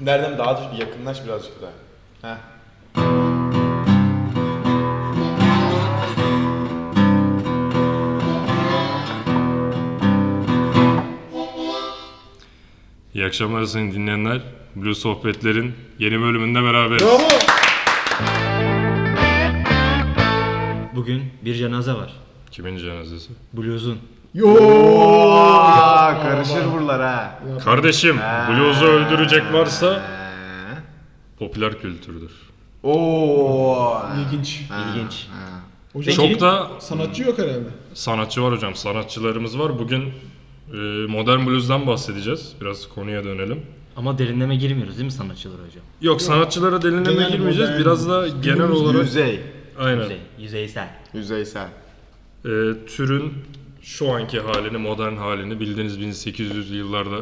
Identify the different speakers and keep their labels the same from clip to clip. Speaker 1: Nereden daha azıcık yakınlaş birazcık daha. Heh.
Speaker 2: İyi akşamlar sayın dinleyenler. Blue Sohbetler'in yeni bölümünde beraberiz.
Speaker 3: Bugün bir cenaze var.
Speaker 2: Kimin cenazesi?
Speaker 3: Blues'un.
Speaker 1: Aa, karışır buralar ha.
Speaker 2: Kardeşim, Blues'u öldürecek varsa popüler kültürdür.
Speaker 1: Oo.
Speaker 4: İlginç.
Speaker 3: İlginç.
Speaker 4: Hocam,
Speaker 2: Çok da
Speaker 4: sanatçı yok herhalde.
Speaker 2: sanatçı var hocam, sanatçılarımız var. Bugün e, modern blues'dan bahsedeceğiz. Biraz konuya dönelim.
Speaker 3: Ama derinleme girmiyoruz değil mi sanatçılar hocam?
Speaker 2: Yok, sanatçılara derinleme
Speaker 4: Genel
Speaker 2: girmeyeceğiz.
Speaker 4: modern
Speaker 2: Biraz da genel olarak
Speaker 1: Yüzey.
Speaker 2: aynen.
Speaker 3: Yüzey, yüzeysel.
Speaker 1: Yüzeysel.
Speaker 2: E, türün şu anki halini, modern halini bildiğiniz 1800'lü yıllarda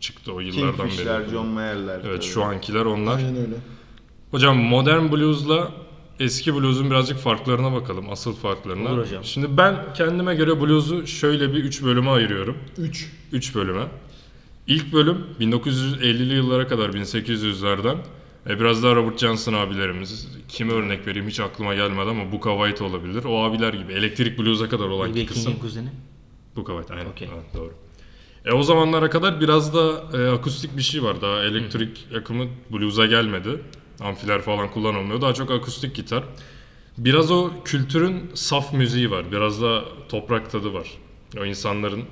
Speaker 2: çıktı o yıllardan
Speaker 1: Kingfisher,
Speaker 2: beri.
Speaker 1: John Mayer'ler.
Speaker 2: Evet, şu ankiler onlar.
Speaker 4: Aynen öyle.
Speaker 2: Hocam modern bluesla eski bluesun birazcık farklarına bakalım. Asıl farklarına.
Speaker 3: Olur hocam.
Speaker 2: Şimdi ben kendime göre bluesu şöyle bir 3 bölüme ayırıyorum.
Speaker 4: 3.
Speaker 2: 3 bölüme. İlk bölüm 1950'li yıllara kadar 1800'lerden. E biraz daha Robert Johnson abilerimiz. Kim örnek vereyim hiç aklıma gelmedi ama Buka White olabilir. O abiler gibi. Elektrik blues'a kadar olan
Speaker 3: Bilge
Speaker 2: kısım.
Speaker 3: King'in kuzeni.
Speaker 2: Bu kabahat aynen.
Speaker 3: Okey.
Speaker 2: Evet, doğru. E o zamanlara kadar biraz da e, akustik bir şey var. Daha elektrik akımı blues'a gelmedi. Amfiler falan kullanılmıyor. Daha çok akustik gitar. Biraz o kültürün saf müziği var. Biraz da toprak tadı var. O insanların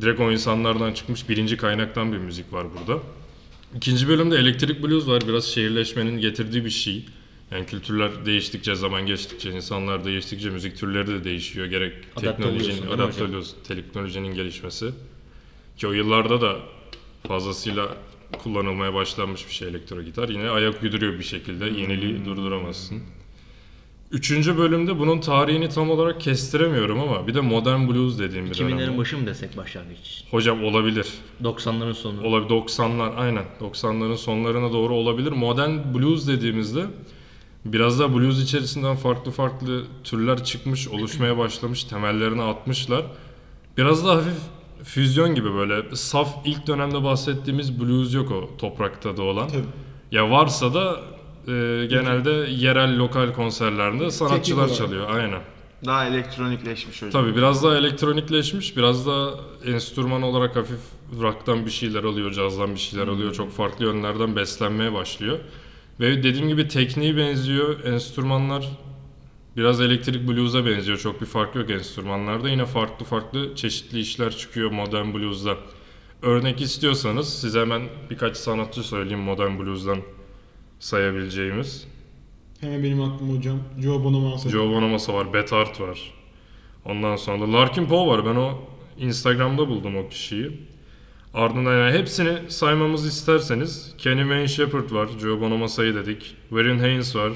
Speaker 2: direkt o insanlardan çıkmış birinci kaynaktan bir müzik var burada. İkinci bölümde elektrik blues var. Biraz şehirleşmenin getirdiği bir şey. Yani kültürler değiştikçe, zaman geçtikçe, insanlar değiştikçe müzik türleri de değişiyor. Gerek
Speaker 3: Adapte oluyorsun,
Speaker 2: teknolojinin,
Speaker 3: değil mi
Speaker 2: adapte
Speaker 3: hocam?
Speaker 2: oluyorsun, teknolojinin gelişmesi. Ki o yıllarda da fazlasıyla kullanılmaya başlanmış bir şey elektro gitar. Yine ayak uyduruyor bir şekilde. Yeniliği durduramazsın. Üçüncü bölümde bunun tarihini tam olarak kestiremiyorum ama bir de modern blues dediğim bir dönem.
Speaker 3: 2000'lerin
Speaker 2: var.
Speaker 3: başı mı desek başlangıç için?
Speaker 2: Hocam olabilir.
Speaker 3: 90'ların sonu.
Speaker 2: Olabilir 90'lar aynen 90'ların sonlarına doğru olabilir. Modern blues dediğimizde biraz da blues içerisinden farklı farklı türler çıkmış, oluşmaya başlamış, temellerini atmışlar. Biraz da hafif füzyon gibi böyle saf ilk dönemde bahsettiğimiz blues yok o toprakta da olan.
Speaker 4: Tabii.
Speaker 2: Ya varsa da e, genelde yerel lokal konserlerde sanatçılar
Speaker 4: olarak.
Speaker 2: çalıyor aynen.
Speaker 1: Daha elektronikleşmiş hocam.
Speaker 2: Tabii biraz daha elektronikleşmiş, biraz daha enstrüman olarak hafif rock'tan bir şeyler alıyor, cazdan bir şeyler alıyor. Çok farklı yönlerden beslenmeye başlıyor. Ve dediğim gibi tekniği benziyor, enstrümanlar biraz elektrik blues'a benziyor. Çok bir fark yok enstrümanlarda. Yine farklı farklı çeşitli işler çıkıyor modern blues'da. Örnek istiyorsanız size hemen birkaç sanatçı söyleyeyim modern blues'dan sayabileceğimiz.
Speaker 4: Hemen benim aklıma hocam. Joe Bonamassa.
Speaker 2: Joe Bonamassa var, Bet Art var. Ondan sonra da Larkin Poe var. Ben o Instagram'da buldum o kişiyi. Ardından yani hepsini saymamızı isterseniz Kenny Wayne Shepherd var, Joe Bonamassa'yı dedik. Warren Haynes var,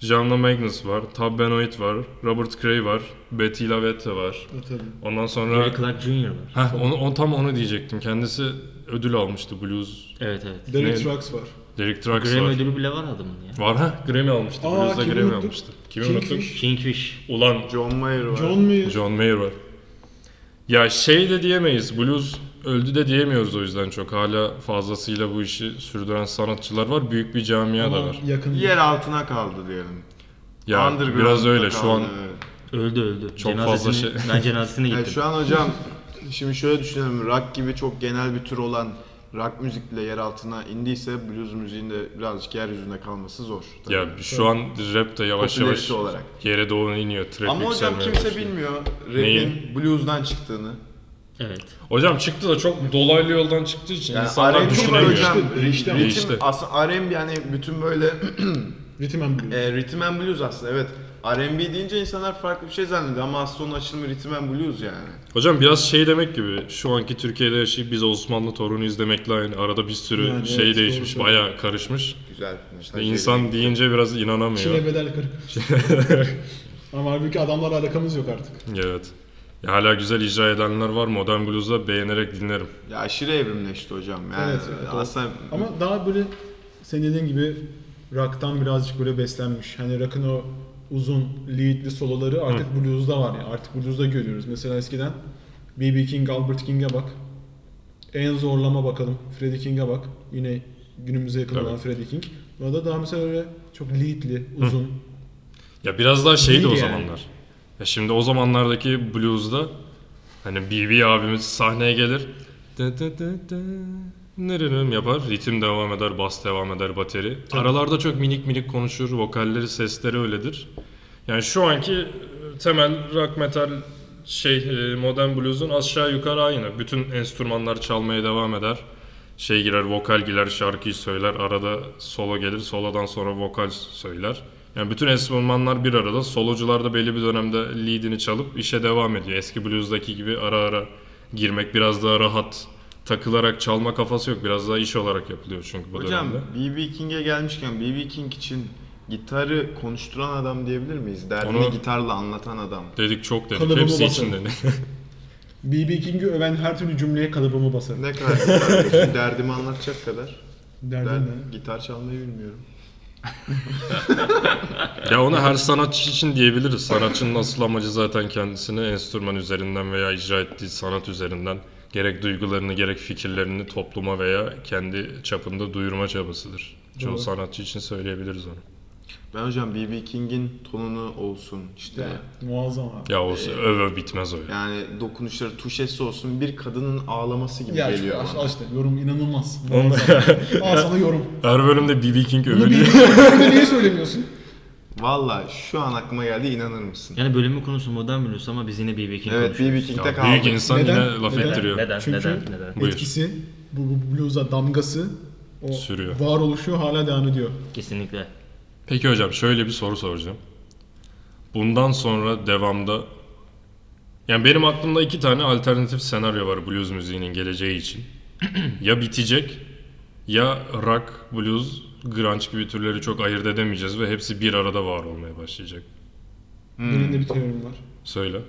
Speaker 2: Janna Magnus var, Tab Benoit var, Robert Cray var, Betty LaVette var.
Speaker 4: Evet, E, tabii.
Speaker 2: Ondan sonra...
Speaker 3: Gary Clark Jr. var.
Speaker 2: Heh, onu, on, tam onu diyecektim. Kendisi ödül almıştı Blues.
Speaker 3: Evet evet.
Speaker 4: Derek
Speaker 2: Ne?
Speaker 4: Trucks var.
Speaker 2: Derek Trucks
Speaker 3: Grammy
Speaker 2: var.
Speaker 3: ödülü bile var adamın ya.
Speaker 2: Var ha? Grammy almıştı.
Speaker 4: Aa,
Speaker 2: Blues'da
Speaker 4: kimi
Speaker 2: Grammy
Speaker 4: unuttuk?
Speaker 2: almıştı. Kimi unuttuk?
Speaker 4: Kingfish.
Speaker 3: Kingfish.
Speaker 2: Ulan
Speaker 1: John Mayer var.
Speaker 4: John Mayer.
Speaker 2: John Mayer var. Ya şey de diyemeyiz. Blues öldü de diyemiyoruz o yüzden çok. Hala fazlasıyla bu işi sürdüren sanatçılar var. Büyük bir camia da
Speaker 4: Ama
Speaker 2: var.
Speaker 4: yakın.
Speaker 1: Yer altına kaldı diyelim.
Speaker 2: Ya
Speaker 1: Underground'da
Speaker 2: biraz öyle şu
Speaker 1: kaldı,
Speaker 2: an.
Speaker 1: evet.
Speaker 3: Öldü öldü.
Speaker 2: Çok
Speaker 3: Cenazesini-
Speaker 2: fazla
Speaker 3: Ben cenazesine
Speaker 1: Yani
Speaker 3: gittim.
Speaker 1: şu an hocam şimdi şöyle düşünelim. Rock gibi çok genel bir tür olan rock müzik bile yer altına indiyse blues müziğin de birazcık yeryüzünde kalması zor. Tabii.
Speaker 2: Ya şu an rap de yavaş yavaş
Speaker 1: Popülerite olarak.
Speaker 2: yere doğru iniyor. Trap
Speaker 1: Ama hocam
Speaker 2: yükselmeye
Speaker 1: kimse
Speaker 2: başlıyor.
Speaker 1: bilmiyor
Speaker 2: Neyi?
Speaker 1: rap'in blues'dan çıktığını.
Speaker 3: Evet.
Speaker 2: Hocam çıktı da çok dolaylı yoldan çıktığı için
Speaker 1: Yani
Speaker 2: insanlar
Speaker 1: R&B
Speaker 2: düşünemiyor.
Speaker 1: hocam
Speaker 4: Değişti, değişti ama.
Speaker 1: ritim
Speaker 2: Değişti.
Speaker 1: aslında R&B yani bütün böyle
Speaker 4: Rhythm and Blues.
Speaker 1: e, rhythm and blues aslında evet. R&B deyince insanlar farklı bir şey zannediyor ama aslında onun açılımı rhythm and blues yani.
Speaker 2: Hocam biraz şey demek gibi şu anki Türkiye'de yaşayıp biz Osmanlı torunuyuz demekle aynı. Arada bir sürü
Speaker 4: Yani
Speaker 2: şey
Speaker 4: evet,
Speaker 2: değişmiş.
Speaker 4: doğru
Speaker 2: Bayağı karışmış.
Speaker 1: Güzel.
Speaker 2: Ve İnsan deyince biraz inanamıyor.
Speaker 4: Çile bedel 40. Ama halbuki adamlarla alakamız yok artık.
Speaker 2: Evet. Ya hala güzel icra edenler var. Modern Blues'da beğenerek dinlerim.
Speaker 1: Ya aşırı evrimleşti hocam. Yani
Speaker 4: Evet, evet, doğru.
Speaker 1: aslında
Speaker 4: Ama daha böyle senin dediğin gibi rock'tan birazcık böyle beslenmiş. Hani rock'ın o uzun leadli soloları artık blues'da var ya. Artık blues'da görüyoruz. Mesela eskiden B.B. King, Albert King'e bak. En zorlama bakalım. Freddie King'e bak. Yine günümüze yakın olan
Speaker 2: Tabii.
Speaker 4: Freddie King. Buna da daha mesela öyle çok leadli, uzun.
Speaker 2: Ya biraz daha şeydi
Speaker 4: Değil
Speaker 2: o
Speaker 4: yani.
Speaker 2: zamanlar. Ya şimdi o zamanlardaki blues'da hani BB abimiz sahneye gelir. Dı dı dı dı, nırırım yapar. Ritim devam eder, bas devam eder, bateri. Aralarda çok minik minik konuşur. Vokalleri, sesleri öyledir. Yani şu anki e, temel rock metal şey e, modern blues'un aşağı yukarı aynı. Bütün enstrümanlar çalmaya devam eder. Şey girer, vokal girer, şarkıyı söyler. Arada solo gelir, solodan sonra vokal söyler. Yani bütün enstrümanlar bir arada. Solocular da belli bir dönemde leadini çalıp işe devam ediyor. Eski blues'daki gibi ara ara girmek biraz daha rahat takılarak çalma kafası yok. Biraz daha iş olarak yapılıyor çünkü bu
Speaker 5: Hocam
Speaker 2: dönemde.
Speaker 5: BB King'e gelmişken BB King için gitarı konuşturan adam diyebilir miyiz? Derdini
Speaker 2: Onu-
Speaker 5: gitarla anlatan adam.
Speaker 2: Dedik çok dedik.
Speaker 4: Kalıbımı
Speaker 2: Hepsi
Speaker 4: basın.
Speaker 2: için dedik.
Speaker 4: BB King'i öven her türlü cümleye kalıbımı basarım.
Speaker 5: Ne kadar gitar biliyorsun? derdimi anlatacak kadar.
Speaker 4: Derdin
Speaker 5: Ben
Speaker 4: ne?
Speaker 5: gitar çalmayı bilmiyorum.
Speaker 2: Ya ona her sanatçı için diyebiliriz. Sanatçının asıl amacı zaten kendisini enstrüman üzerinden veya icra ettiği sanat üzerinden gerek duygularını gerek fikirlerini topluma veya kendi çapında duyurma çabasıdır. Çoğu
Speaker 4: Doğru.
Speaker 2: sanatçı için söyleyebiliriz onu.
Speaker 5: Ben hocam BB King'in tonunu olsun işte
Speaker 4: Muazzam abi.
Speaker 2: Ya o öv öv bitmez o ya.
Speaker 5: yani dokunuşları tuşesi olsun bir kadının ağlaması gibi
Speaker 4: Ya şu
Speaker 5: geliyor
Speaker 4: aç,
Speaker 5: bana.
Speaker 4: açtı. Yorum inanılmaz.
Speaker 2: Onu-
Speaker 4: Muazzam. Al sana yorum.
Speaker 2: Her bölümde B.B. King
Speaker 4: Bunu
Speaker 2: övülüyor.
Speaker 4: BB niye söylemiyorsun?
Speaker 5: Valla şu an aklıma geldi inanır mısın?
Speaker 3: Yani bölümün konusu modern blues ama biz yine BB King
Speaker 5: Evet
Speaker 3: konuşuyoruz.
Speaker 5: BB King'de
Speaker 2: Ya büyük
Speaker 5: kaldık.
Speaker 2: insan
Speaker 4: Neden?
Speaker 2: yine laf
Speaker 4: Neden?
Speaker 2: ettiriyor.
Speaker 3: Neden?
Speaker 4: Çünkü
Speaker 3: Neden? Neden?
Speaker 2: Buyur.
Speaker 4: etkisi, bu, bu blues'a damgası o
Speaker 2: Sürüyor.
Speaker 4: varoluşu hala devam ediyor.
Speaker 3: Kesinlikle.
Speaker 2: Peki hocam şöyle bir soru soracağım. Bundan sonra devamda yani benim aklımda iki tane alternatif senaryo var blues müziğinin geleceği için. ya bitecek ya rock, blues, grunge gibi türleri çok ayırt edemeyeceğiz ve hepsi bir arada var olmaya başlayacak. Hmm.
Speaker 4: Birinde bir teorim var.
Speaker 2: Söyle.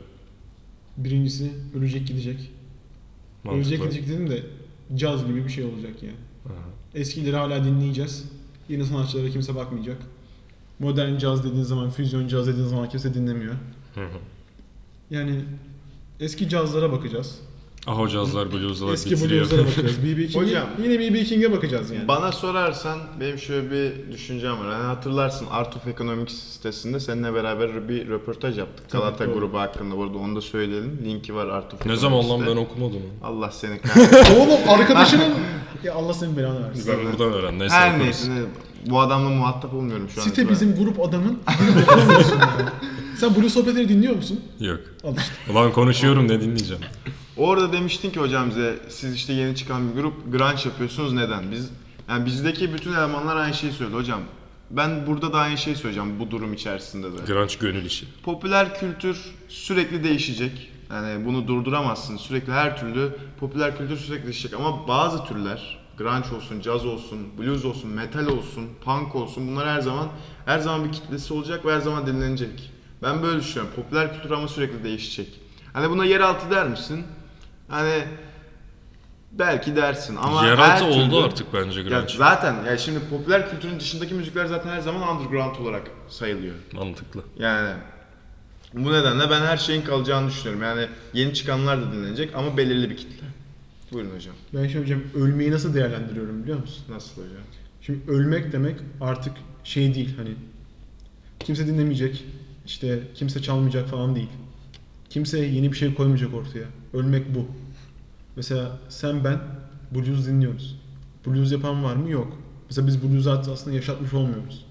Speaker 4: Birincisi ölecek gidecek. Ölecek gidecek dedim de caz gibi bir şey olacak yani. Eskileri hala dinleyeceğiz. Yeni sanatçılara kimse bakmayacak. Modern caz dediğin zaman, füzyon caz dediğin zaman kimse dinlemiyor.
Speaker 2: Hı hı.
Speaker 4: Yani eski cazlara bakacağız.
Speaker 2: Ah o cazlar blueslar
Speaker 4: eski
Speaker 2: bitiriyor.
Speaker 4: blueslara bakacağız. BB King'e,
Speaker 5: Hocam.
Speaker 4: yine BB King'e bakacağız yani.
Speaker 5: Bana sorarsan benim şöyle bir düşüncem var. Hani hatırlarsın Art of Economics sitesinde seninle beraber bir röportaj yaptık. Galata
Speaker 4: doğru.
Speaker 5: grubu hakkında bu arada onu da söyleyelim. Linki var Art of
Speaker 2: ne zaman lan
Speaker 5: Economics'te.
Speaker 2: ben okumadım. onu.
Speaker 5: Allah seni kahretsin.
Speaker 4: Oğlum arkadaşının... ya Allah senin belanı versin.
Speaker 2: Ben buradan öğren. Neyse
Speaker 5: Her
Speaker 2: okuruz.
Speaker 5: neyse ne- bu adamla muhatap olmuyorum şu an.
Speaker 4: Site
Speaker 5: itibaren.
Speaker 4: bizim grup adamın. Bunu yapamıyorsun ya. Sen Blue Sohbetleri dinliyor musun?
Speaker 2: Yok.
Speaker 4: Al işte.
Speaker 2: Ulan konuşuyorum ne dinleyeceğim.
Speaker 5: Orada demiştin ki hocam bize siz işte yeni çıkan bir grup grunge yapıyorsunuz neden? Biz yani bizdeki bütün elemanlar aynı şeyi söyledi hocam. Ben burada da aynı şeyi söyleyeceğim bu durum içerisinde de.
Speaker 2: Grunge gönül işi.
Speaker 5: popüler kültür sürekli değişecek. Yani bunu durduramazsın. Sürekli her türlü popüler kültür sürekli değişecek ama bazı türler grunge olsun, caz olsun, blues olsun, metal olsun, punk olsun bunlar her zaman her zaman bir kitlesi olacak ve her zaman dinlenecek. Ben böyle düşünüyorum. Popüler kültür ama sürekli değişecek. Hani buna yeraltı der misin? Hani belki dersin ama
Speaker 2: Yeraltı
Speaker 5: her türlü-
Speaker 2: oldu artık bence
Speaker 5: Ya
Speaker 2: grunge.
Speaker 5: zaten ya şimdi popüler kültürün dışındaki müzikler zaten her zaman underground olarak sayılıyor.
Speaker 2: Mantıklı.
Speaker 5: Yani bu nedenle ben her şeyin kalacağını düşünüyorum. Yani yeni çıkanlar da dinlenecek ama belirli bir kitle. Buyurun hocam.
Speaker 4: Ben şimdi hocam ölmeyi nasıl değerlendiriyorum biliyor musun?
Speaker 5: Nasıl hocam?
Speaker 4: Şimdi ölmek demek artık şey değil hani kimse dinlemeyecek, işte kimse çalmayacak falan değil. Kimse yeni bir şey koymayacak ortaya. Ölmek bu. Mesela sen ben blues dinliyoruz. Blues yapan var mı? Yok. Mesela biz blues'u aslında yaşatmış olmuyoruz.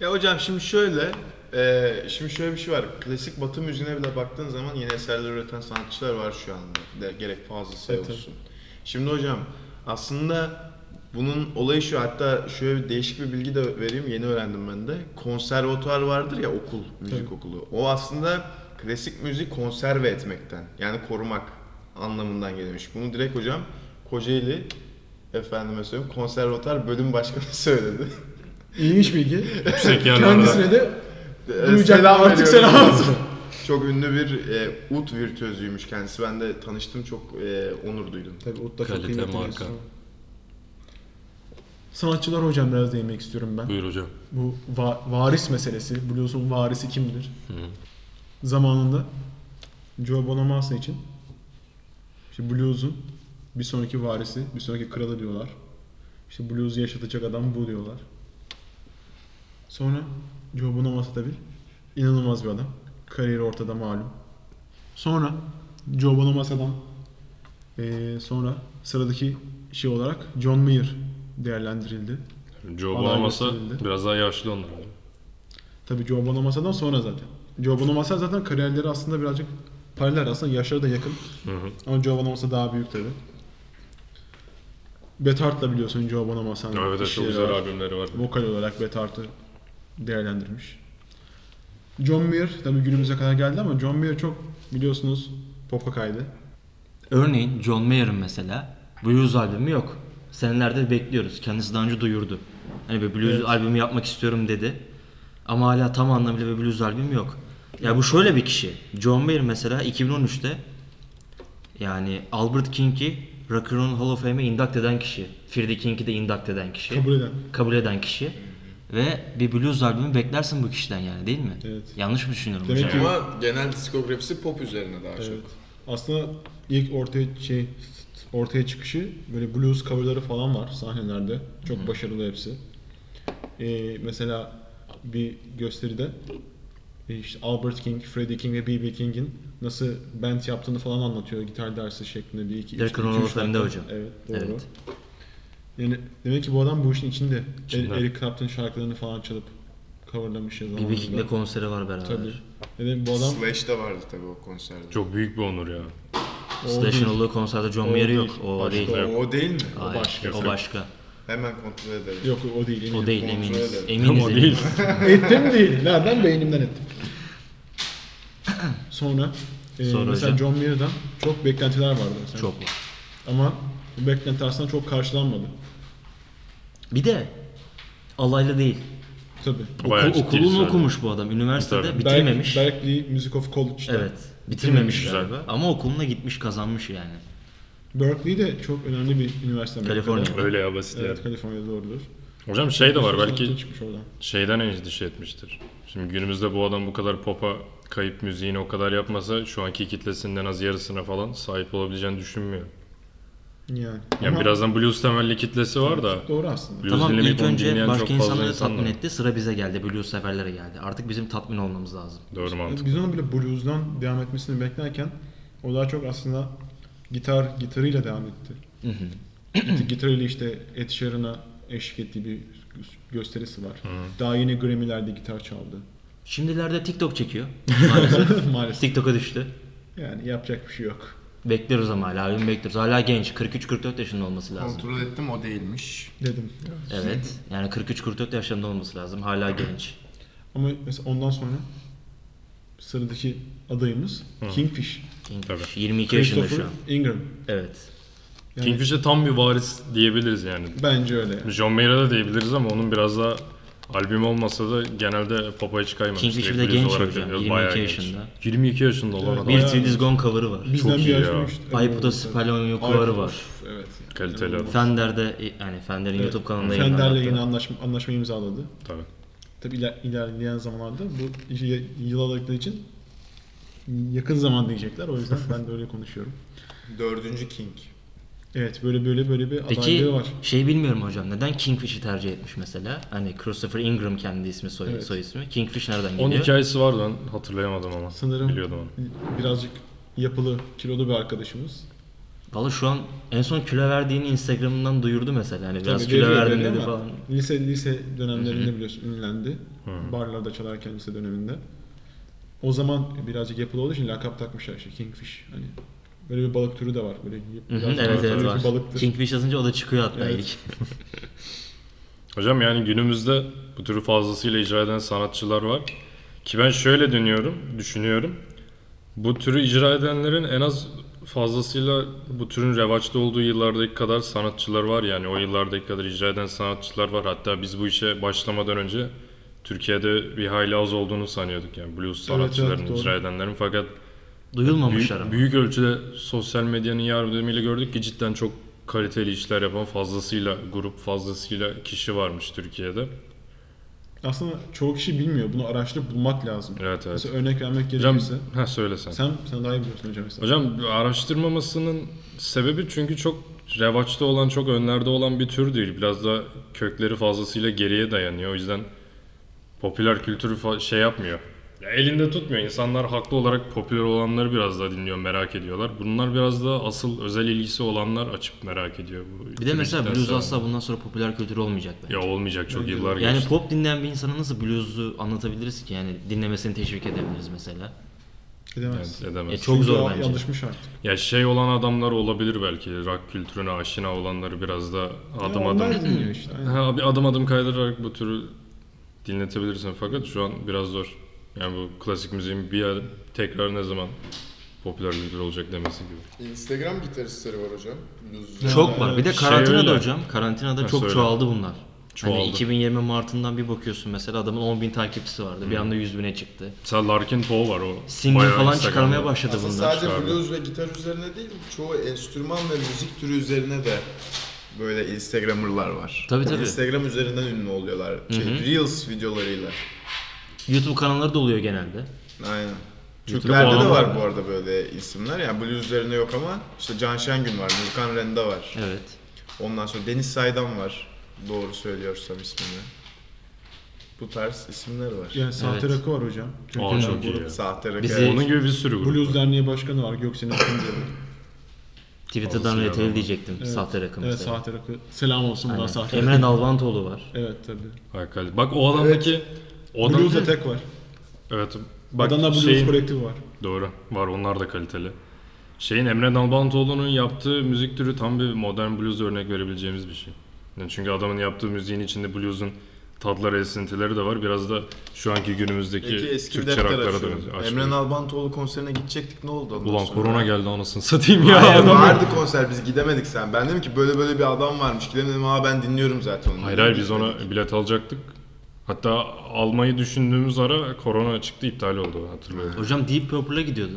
Speaker 5: Ya hocam şimdi şöyle, eee, şimdi şöyle bir şey var. Klasik Batı müziğine bile baktığın zaman yeni eserler üreten sanatçılar var şu anda. De, gerek fazlası
Speaker 4: Evet,
Speaker 5: olsun. Şimdi hocam aslında bunun olayı şu. Hatta şöyle bir değişik bir bilgi de vereyim. Yeni öğrendim ben de. Konservatuar vardır ya okul, müzik
Speaker 4: Tabii.
Speaker 5: okulu. O aslında klasik müziği konserve etmekten yani korumak anlamından gelmiş. Bunu direkt hocam Kocaeli efendime söyleyeyim konservatuar bölüm başkanı söyledi.
Speaker 4: İyiymiş bilgi.
Speaker 2: Yüksek yerlerde.
Speaker 4: Kendisine de
Speaker 5: Ee,
Speaker 4: duyacak artık
Speaker 5: veriyorum.
Speaker 4: selam olsun.
Speaker 5: Çok ünlü bir e, ut virtüözüymüş kendisi. Ben de tanıştım çok e, onur duydum.
Speaker 4: Tabii o da çok
Speaker 2: Kalite
Speaker 4: kıymetli bir
Speaker 2: marka.
Speaker 4: enstrüman. Sanatçılar hocam biraz değinmek istiyorum ben.
Speaker 2: Buyur hocam.
Speaker 4: Bu va- varis meselesi. Blues'un varisi kimdir? Zamanında Joe Bonamassa için işte Blues'un bir sonraki varisi, bir sonraki kralı diyorlar. İşte blues yaşatacak adam bu diyorlar. Sonra Joe Bonamassa tabii inanılmaz bir adam. Kariyeri ortada malum. Sonra Joe Bonamassa'dan eee, sonra sıradaki şey olarak John Mayer değerlendirildi.
Speaker 2: Joe
Speaker 4: Aday
Speaker 2: Bonamassa
Speaker 4: gösterildi.
Speaker 2: biraz daha yaşlı onlar.
Speaker 4: Tabii Joe Bonamassa'dan sonra zaten. Joe Bonamassa zaten kariyerleri aslında birazcık paralel aslında yaşları da yakın.
Speaker 2: hı.
Speaker 4: Ama Joe Bonamassa daha büyük tabii. Betart'la biliyorsun Joe Bonamassa'nın
Speaker 2: Evet evet,
Speaker 3: şey
Speaker 2: çok
Speaker 4: işleri
Speaker 2: güzel
Speaker 4: var.
Speaker 2: albümleri var.
Speaker 4: Vokal olarak Betart'ı değerlendirmiş. John Mayer tabii günümüze kadar geldi ama John Mayer çok biliyorsunuz pop'a kaydı.
Speaker 3: Örneğin John Mayer'ın mesela blues albümü yok. Senelerde bekliyoruz. Kendisi daha önce duyurdu. Hani bir blues
Speaker 4: Evet.
Speaker 3: albümü yapmak istiyorum dedi. Ama hala tam anlamıyla bir blues albümü yok. Ya bu şöyle bir kişi. John Mayer mesela 2013'te yani Albert King'i Rock and Roll Hall of Fame'e induct eden kişi. Freddie King'i de induct eden kişi.
Speaker 4: Kabul eden.
Speaker 3: Kabul eden kişi. Ve bir blues albümü beklersin bu kişiden yani değil mi?
Speaker 4: Evet.
Speaker 3: Yanlış mı düşünüyorum
Speaker 4: Demek
Speaker 3: hocam?
Speaker 4: ki-
Speaker 5: Ama genel diskografisi pop üzerine daha çok.
Speaker 4: Evet. Aslında ilk ortaya şey ortaya çıkışı böyle blues coverları falan var sahnelerde. Çok başarılı hepsi. Ee, mesela bir gösteride e, işte Albert King, Freddie King ve B.B. King'in nasıl band yaptığını falan anlatıyor gitar dersi şeklinde bir iki,
Speaker 3: Direkt
Speaker 4: iki- iki-
Speaker 3: Ronald
Speaker 4: üç dakika.
Speaker 3: Fender hocam.
Speaker 4: Evet doğru.
Speaker 3: Evet.
Speaker 4: Yani demek ki bu adam bu işin içinde.
Speaker 2: İçinde.
Speaker 4: El- Eric Clapton şarkılarını falan çalıp coverlamış ya zamanında.
Speaker 3: BB King'le konseri var beraber.
Speaker 4: Tabii. Yani bu adam
Speaker 5: Slash de vardı tabii o konserde.
Speaker 2: Çok büyük bir onur ya.
Speaker 4: o
Speaker 3: Slash'ın
Speaker 4: değil.
Speaker 3: olduğu konserde John
Speaker 4: O
Speaker 3: Mayer
Speaker 4: değil.
Speaker 3: yok. O
Speaker 4: Başka
Speaker 3: değil.
Speaker 4: o.
Speaker 5: O, o değil mi?
Speaker 3: Hayır,
Speaker 4: başka.
Speaker 3: O başka.
Speaker 5: Hemen kontrol edelim.
Speaker 4: Yok o değil. eminim.
Speaker 3: O değil
Speaker 5: Kontrol
Speaker 3: eminiz.
Speaker 5: eder.
Speaker 3: Eminiz
Speaker 2: o
Speaker 3: eminiz.
Speaker 2: değil.
Speaker 4: ettim değil. Nereden? Beynimden ettim. Sonra, e,
Speaker 3: Sonra
Speaker 4: mesela
Speaker 3: hocam.
Speaker 4: John Mayer'dan çok beklentiler vardı mesela.
Speaker 3: Çok var.
Speaker 4: Ama bu beklenti aslında çok karşılanmadı.
Speaker 3: Bir de alaylı değil.
Speaker 4: Tabii.
Speaker 2: Bayağı
Speaker 3: Okul,
Speaker 2: ciddi
Speaker 3: okulunu
Speaker 2: bir
Speaker 3: okumuş bu adam. Üniversitede
Speaker 2: Tabii.
Speaker 3: bitirmemiş.
Speaker 4: Berk- Berkeley Music of College'da.
Speaker 3: evet. Bitirmemiş
Speaker 2: Güzel.
Speaker 3: galiba. Ama okuluna gitmiş kazanmış yani.
Speaker 4: Berkeley de çok önemli bir üniversite. Amerika'da.
Speaker 3: Kaliforniya.
Speaker 2: Öyle ya basit yani.
Speaker 4: Evet, Kaliforniya'da doğrudur.
Speaker 2: Hocam şey de var
Speaker 4: Sanatçı
Speaker 2: belki
Speaker 4: çıkmış oradan.
Speaker 2: şeyden endişe etmiştir. Şimdi günümüzde bu adam bu kadar popa kayıp müziğini o kadar yapmasa şu anki kitlesinin en az yarısına falan sahip olabileceğini düşünmüyor.
Speaker 4: Yani.
Speaker 2: Yani
Speaker 4: Ama
Speaker 2: birazdan blues temelli kitlesi var da
Speaker 4: Doğru aslında.
Speaker 2: Blues
Speaker 3: Tamam
Speaker 2: dinlemeyip
Speaker 3: ilk
Speaker 2: onu
Speaker 3: önce
Speaker 2: dinleyen çok
Speaker 3: başka
Speaker 2: fazla
Speaker 3: insanları
Speaker 2: insan
Speaker 3: tatmin
Speaker 2: var.
Speaker 3: etti. Sıra bize geldi. Blue seferlere geldi. Artık bizim tatmin olmamız lazım.
Speaker 2: doğru mantık.
Speaker 4: Biz onun bile blues'dan devam etmesini beklerken o daha çok aslında gitar gitarıyla devam etti.
Speaker 3: Hı hı.
Speaker 4: Git- gitarıyla işte Ed Sheeran'a eşlik ettiği bir gö- gösterisi var. Daha yeni Grammy'lerde gitar çaldı.
Speaker 3: Şimdilerde TikTok çekiyor. Maalesef.
Speaker 4: Maalesef.
Speaker 3: TikTok'a düştü.
Speaker 4: Yani yapacak bir şey yok.
Speaker 3: Bekliyoruz ama hala. Albüm bekliyoruz. Hala genç. 43-44 yaşında olması lazım.
Speaker 5: Kontrol ettim o değilmiş.
Speaker 4: Dedim.
Speaker 3: Evet. Yani 43-44 yaşlarında olması lazım. Hala genç.
Speaker 4: Ama mesela ondan sonra sıradaki adayımız Kingfish.
Speaker 2: Tabii.
Speaker 3: 22 yaşında şu
Speaker 4: Christopher
Speaker 3: an.
Speaker 4: Ingram.
Speaker 3: Evet.
Speaker 4: Yani
Speaker 2: Kingfish'e tam bir varis diyebiliriz yani.
Speaker 4: bence öyle. yani.
Speaker 2: John Mayer'a da diyebiliriz ama onun biraz daha albüm olmasa da genelde pop'a hiç kaymamış.
Speaker 3: Kingfish
Speaker 2: Direkt
Speaker 3: bir de
Speaker 2: blues
Speaker 3: genç
Speaker 2: olarak
Speaker 3: hocam,
Speaker 2: dönüyor.
Speaker 3: 22
Speaker 2: Bayağı genç.
Speaker 3: yaşında.
Speaker 2: 22 yaşında olan adam.
Speaker 3: Bir
Speaker 4: Bayağı-
Speaker 3: Till Is Gone cover'ı var.
Speaker 4: Bizden bir
Speaker 2: iyi
Speaker 4: yaş
Speaker 2: ya.
Speaker 4: büyük. işte.
Speaker 3: Ayıp'ta
Speaker 4: Evet,
Speaker 3: Spallon
Speaker 4: evet.
Speaker 3: Yokuları
Speaker 4: Ay,
Speaker 3: var.
Speaker 4: of, Evet.
Speaker 2: Kaliteli adam.
Speaker 3: Fender'de e, yani Fender'in YouTube kanalında
Speaker 4: Fender'le
Speaker 3: yayınlandı.
Speaker 4: yine anlaşma, anlaşma imzaladı.
Speaker 2: Tabii.
Speaker 4: Tabi iler, ilerleyen zamanlarda bu işi y- yıl aldıkları için yakın zaman diyecekler. O yüzden ben de öyle konuşuyorum.
Speaker 5: Dördüncü King.
Speaker 4: Evet böyle böyle böyle bir
Speaker 3: Peki
Speaker 4: adaylığı var.
Speaker 3: şey bilmiyorum hocam neden Kingfish'i tercih etmiş mesela? Hani Christopher Ingram kendi ismi soy,
Speaker 4: Evet.
Speaker 3: soy ismi. Kingfish nereden
Speaker 2: Onun
Speaker 3: geliyor?
Speaker 2: hikayesi var ben hatırlayamadım ama.
Speaker 4: Sanırım
Speaker 2: Biliyordum onu.
Speaker 4: birazcık yapılı, kilolu bir arkadaşımız.
Speaker 3: Valla şu an en son kilo verdiğini Instagram'dan duyurdu mesela. Hani biraz
Speaker 4: Tabii
Speaker 3: kilo
Speaker 4: veriyor,
Speaker 3: verdim
Speaker 4: veriyor
Speaker 3: dedi
Speaker 4: ama
Speaker 3: falan.
Speaker 4: Lise, lise dönemlerinde biliyorsun ünlendi. Barlarda çalarken lise döneminde. O zaman birazcık yapılı olduğu için lakap takmışlar işte Kingfish. Hani böyle bir balık türü de var. Böyle
Speaker 3: Hı hı,
Speaker 4: biraz
Speaker 3: evet
Speaker 4: böyle
Speaker 3: evet
Speaker 4: bir
Speaker 3: var.
Speaker 4: balıktır.
Speaker 3: Kingfish yazınca o da çıkıyor hatta
Speaker 4: Evet.
Speaker 3: ilk.
Speaker 2: Hocam yani günümüzde bu türü fazlasıyla icra eden sanatçılar var. Ki ben şöyle dönüyorum, düşünüyorum. Bu türü icra edenlerin en az fazlasıyla bu türün revaçta olduğu yıllardaki kadar sanatçılar var. Yani o yıllardaki kadar icra eden sanatçılar var. Hatta biz bu işe başlamadan önce Türkiye'de bir hayli az olduğunu sanıyorduk. Yani blues
Speaker 4: Evet, evet,
Speaker 2: sanatçıların,
Speaker 4: doğru.
Speaker 2: icra edenlerin. Fakat
Speaker 3: Duyulmamışlar ama.
Speaker 2: büyük, büyük ölçüde sosyal medyanın yardımıyla gördük ki cidden çok kaliteli işler yapan fazlasıyla grup, fazlasıyla kişi varmış Türkiye'de.
Speaker 4: Aslında çoğu kişi bilmiyor. Bunu araştırıp bulmak lazım.
Speaker 2: Evet evet.
Speaker 4: Mesela örnek vermek
Speaker 2: Hocam,
Speaker 4: gerekirse.
Speaker 2: ha söyle sen.
Speaker 4: Sen sen daha iyi biliyorsun hocam mesela.
Speaker 2: Hocam araştırmamasının sebebi çünkü çok revaçta olan çok önlerde olan bir tür değil. Biraz da kökleri fazlasıyla geriye dayanıyor. O yüzden popüler kültürü fa- şey yapmıyor. Ya elinde tutmuyor. İnsanlar haklı olarak popüler olanları biraz daha dinliyor, merak ediyorlar. Bunlar biraz da asıl özel ilgisi olanlar açıp merak ediyor. Bu
Speaker 3: Bir de mesela
Speaker 2: türlükten
Speaker 3: blues
Speaker 2: sonra.
Speaker 3: asla bundan sonra popüler kültür olmayacak bence.
Speaker 2: Ya olmayacak çok yıllar
Speaker 3: Yani
Speaker 2: geçti.
Speaker 3: pop dinleyen bir insana nasıl blues'u anlatabiliriz ki? Yani dinlemesini teşvik edebiliriz mesela.
Speaker 4: Edemez.
Speaker 2: Evet, edemez.
Speaker 3: Ya çok zor
Speaker 4: Çünkü o
Speaker 3: bence.
Speaker 4: Alışmış artık.
Speaker 2: Ya şey olan adamlar olabilir belki. Rock kültürüne aşina olanları biraz da adım
Speaker 4: Ya
Speaker 2: adım.
Speaker 4: Onlar dinliyor işte. aynen.
Speaker 2: Ha, bir adım adım kaydırarak bu türü dinletebilirsin fakat şu an biraz zor. Yani bu klasik müziğin bir yer tekrar ne zaman popüler kültür olacak demesi gibi.
Speaker 5: Instagram gitaristleri var hocam. Blues-
Speaker 3: Çok var. Bir de
Speaker 2: Şey
Speaker 3: karantinada
Speaker 2: öyle.
Speaker 3: hocam. Karantinada
Speaker 2: Ha,
Speaker 3: çok
Speaker 2: söyle.
Speaker 3: çoğaldı bunlar.
Speaker 2: Çoğaldı.
Speaker 3: Hani 2020 Mart'ından bir bakıyorsun mesela adamın 10.000 takipçisi vardı. Bir anda 100 bine çıktı.
Speaker 2: Mesela Larkin Poe var o.
Speaker 3: Single
Speaker 2: bayağı
Speaker 3: falan
Speaker 2: Instagram'da.
Speaker 3: çıkarmaya başladı
Speaker 5: Aslında
Speaker 3: bunlar.
Speaker 5: sadece
Speaker 2: çıkardı.
Speaker 5: blues ve gitar üzerine değil, çoğu enstrüman ve müzik türü üzerine de böyle Instagrammer'lar var.
Speaker 3: Tabii, tabii.
Speaker 5: Instagram üzerinden ünlü oluyorlar. Şey, Reels videolarıyla.
Speaker 3: YouTube kanalları da oluyor genelde.
Speaker 5: Aynen.
Speaker 2: YouTube
Speaker 5: Türklerde de
Speaker 2: olanlar
Speaker 5: var bu arada böyle isimler. Yani blues üzerine yok ama işte Can Şengün var, Nurkan Renda var.
Speaker 3: Evet.
Speaker 5: Ondan sonra Deniz Saydan var. Doğru söylüyorsam ismini. Bu tarz isimler var.
Speaker 4: Yani sahte
Speaker 3: Evet.
Speaker 4: rakı var hocam.
Speaker 2: Aa
Speaker 4: Türkiye'den
Speaker 2: çok
Speaker 4: bu-
Speaker 2: iyi ya.
Speaker 5: Sahte rakı.
Speaker 3: Bizi-
Speaker 2: Onun gibi bir sürü grup.
Speaker 4: Blues
Speaker 2: var.
Speaker 4: Derneği Başkanı var Göksel'in diyor.
Speaker 3: Twitter'dan
Speaker 2: Fazlasıyla
Speaker 3: retweet
Speaker 2: var.
Speaker 3: diyecektim.
Speaker 4: Evet.
Speaker 3: Sahte rakam
Speaker 4: Evet sahte rakı. Selam olsun bundan sahte rakı.
Speaker 3: Emre Nalbantoğlu var.
Speaker 4: Evet tabii.
Speaker 2: Hakikaten. Bak o adamdaki... O adam...
Speaker 4: Blues Attack var.
Speaker 2: Evet. Bak şey-
Speaker 4: Adana Blues
Speaker 2: şeyin-
Speaker 4: kolektifi var.
Speaker 2: Doğru. Var onlar da kaliteli. Şeyin Emre Nalbantoğlu'nun yaptığı müzik türü tam bir modern blues örnek verebileceğimiz bir şey. Yani çünkü adamın yaptığı müziğin içinde blues'un tatları, esintileri de var. Biraz da şu anki günümüzdeki
Speaker 5: Peki eski bir
Speaker 2: Türkçe
Speaker 5: defter
Speaker 2: rocklara
Speaker 5: açıyorum.
Speaker 2: dönüyor. Açtım.
Speaker 5: Emre Nalbantoğlu konserine gidecektik ne oldu ondan
Speaker 2: Ulan
Speaker 5: sonra?
Speaker 2: korona geldi anasını satayım ya.
Speaker 5: Hayır,
Speaker 2: adam.
Speaker 5: vardı konser biz gidemedik sen. Ben dedim ki böyle böyle bir adam varmış. Gidelim dedim ha ben dinliyorum zaten onu.
Speaker 2: Hayır
Speaker 5: Dedim,
Speaker 2: hayır biz
Speaker 5: gitmedik.
Speaker 2: ona bilet alacaktık. Hatta almayı düşündüğümüz ara korona çıktı iptal oldu hatırlıyorum.
Speaker 3: Hocam Deep Purple'a gidiyordu.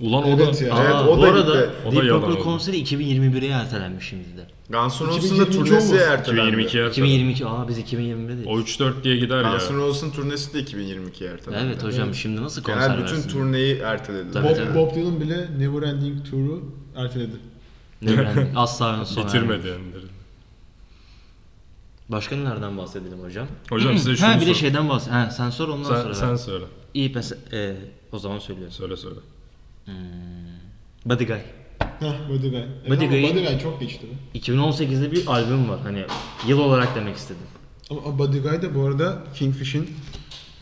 Speaker 2: Ulan o
Speaker 5: Evet
Speaker 2: da
Speaker 5: ya.
Speaker 3: Aa,
Speaker 5: evet o
Speaker 3: bu
Speaker 5: da
Speaker 3: arada
Speaker 5: gitti.
Speaker 2: O da
Speaker 3: Deep
Speaker 2: yalan
Speaker 3: Purple
Speaker 2: oldu.
Speaker 3: konseri 2021'ye ertelenmiş şimdi de.
Speaker 5: Guns N' Roses'ın da
Speaker 4: 2022
Speaker 5: turnesi
Speaker 4: olmasın?
Speaker 5: ertelendi.
Speaker 2: 2022'ye ertelendi.
Speaker 3: 2022 aa biz 2021'deyiz.
Speaker 2: O 3-4 diye gider ya.
Speaker 5: Guns N' Roses'ın turnesi de 2022'ye ertelendi.
Speaker 3: Evet hocam şimdi nasıl konser
Speaker 5: Genel bütün
Speaker 3: versin?
Speaker 5: turneyi ertelediler.
Speaker 3: Tabii,
Speaker 4: Bob,
Speaker 5: Yani.
Speaker 3: tabii.
Speaker 4: Bob Dylan bile Never Ending Tour'u erteledi.
Speaker 3: Ne bileyim, Asla son
Speaker 2: Bitirmedi yani.
Speaker 3: Başka nelerden bahsedelim hocam?
Speaker 2: Hocam size şunu
Speaker 3: ha bir de şey
Speaker 2: sor-
Speaker 3: şeyden bahs. Ha sen sor ondan
Speaker 2: Sen,
Speaker 3: sonra.
Speaker 2: sen
Speaker 3: ben.
Speaker 2: söyle.
Speaker 3: İyi mesela e, o zaman söylüyorsun.
Speaker 2: Söyle söyle.
Speaker 3: Buddy Guy.
Speaker 4: Heh Buddy Guy. Evet
Speaker 3: Buddy
Speaker 4: ama
Speaker 3: Guy'in-
Speaker 4: Buddy Guy çok geçti. be.
Speaker 3: 2018'de bir albüm var. Hani yıl olarak demek istedim.
Speaker 4: Ama Buddy Guy da bu arada Kingfish'in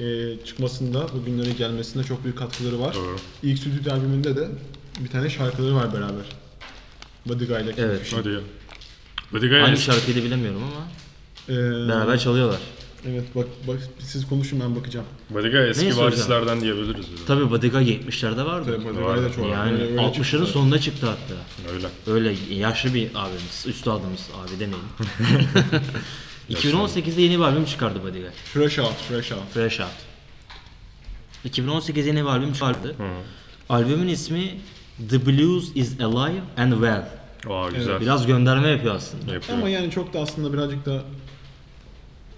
Speaker 4: e, çıkmasında, bugünlere gelmesinde çok büyük katkıları var.
Speaker 2: Doğru.
Speaker 4: İlk stüdyo albümünde de bir tane şarkıları var beraber. Buddy Guy ile
Speaker 3: Evet.
Speaker 4: Kingfish.
Speaker 2: Hadi ya. Hadi gayet.
Speaker 3: Hangi şarkıyı da bilemiyorum ama
Speaker 2: Hmm.
Speaker 4: Ee,
Speaker 3: beraber çalıyorlar.
Speaker 4: Evet bak, bak siz konuşun ben bakacağım.
Speaker 2: Bodyguard eski
Speaker 3: Neyse hocam.
Speaker 2: varislerden diyebiliriz. biz.
Speaker 3: Tabii Buddy Guy 70'lerde vardı.
Speaker 4: Tabii Buddy Guy de çok
Speaker 3: Yani
Speaker 4: öyle- öyle
Speaker 3: 60'ların
Speaker 4: çıktı.
Speaker 3: sonunda çıktı hatta.
Speaker 2: Öyle.
Speaker 3: Öyle yaşlı bir abimiz, üstadımız abi demeyin. 2018'de yeni bir albüm çıkardı Buddy Guy.
Speaker 4: Fresh Out, Fresh Out.
Speaker 3: Fresh Out. 2018 yeni bir albüm çıkardı. Albümün ismi The Blues is Alive and Well.
Speaker 2: Aa güzel.
Speaker 3: Biraz gönderme yapıyor aslında.
Speaker 2: Yapıyor.
Speaker 4: Ama yani çok da aslında birazcık da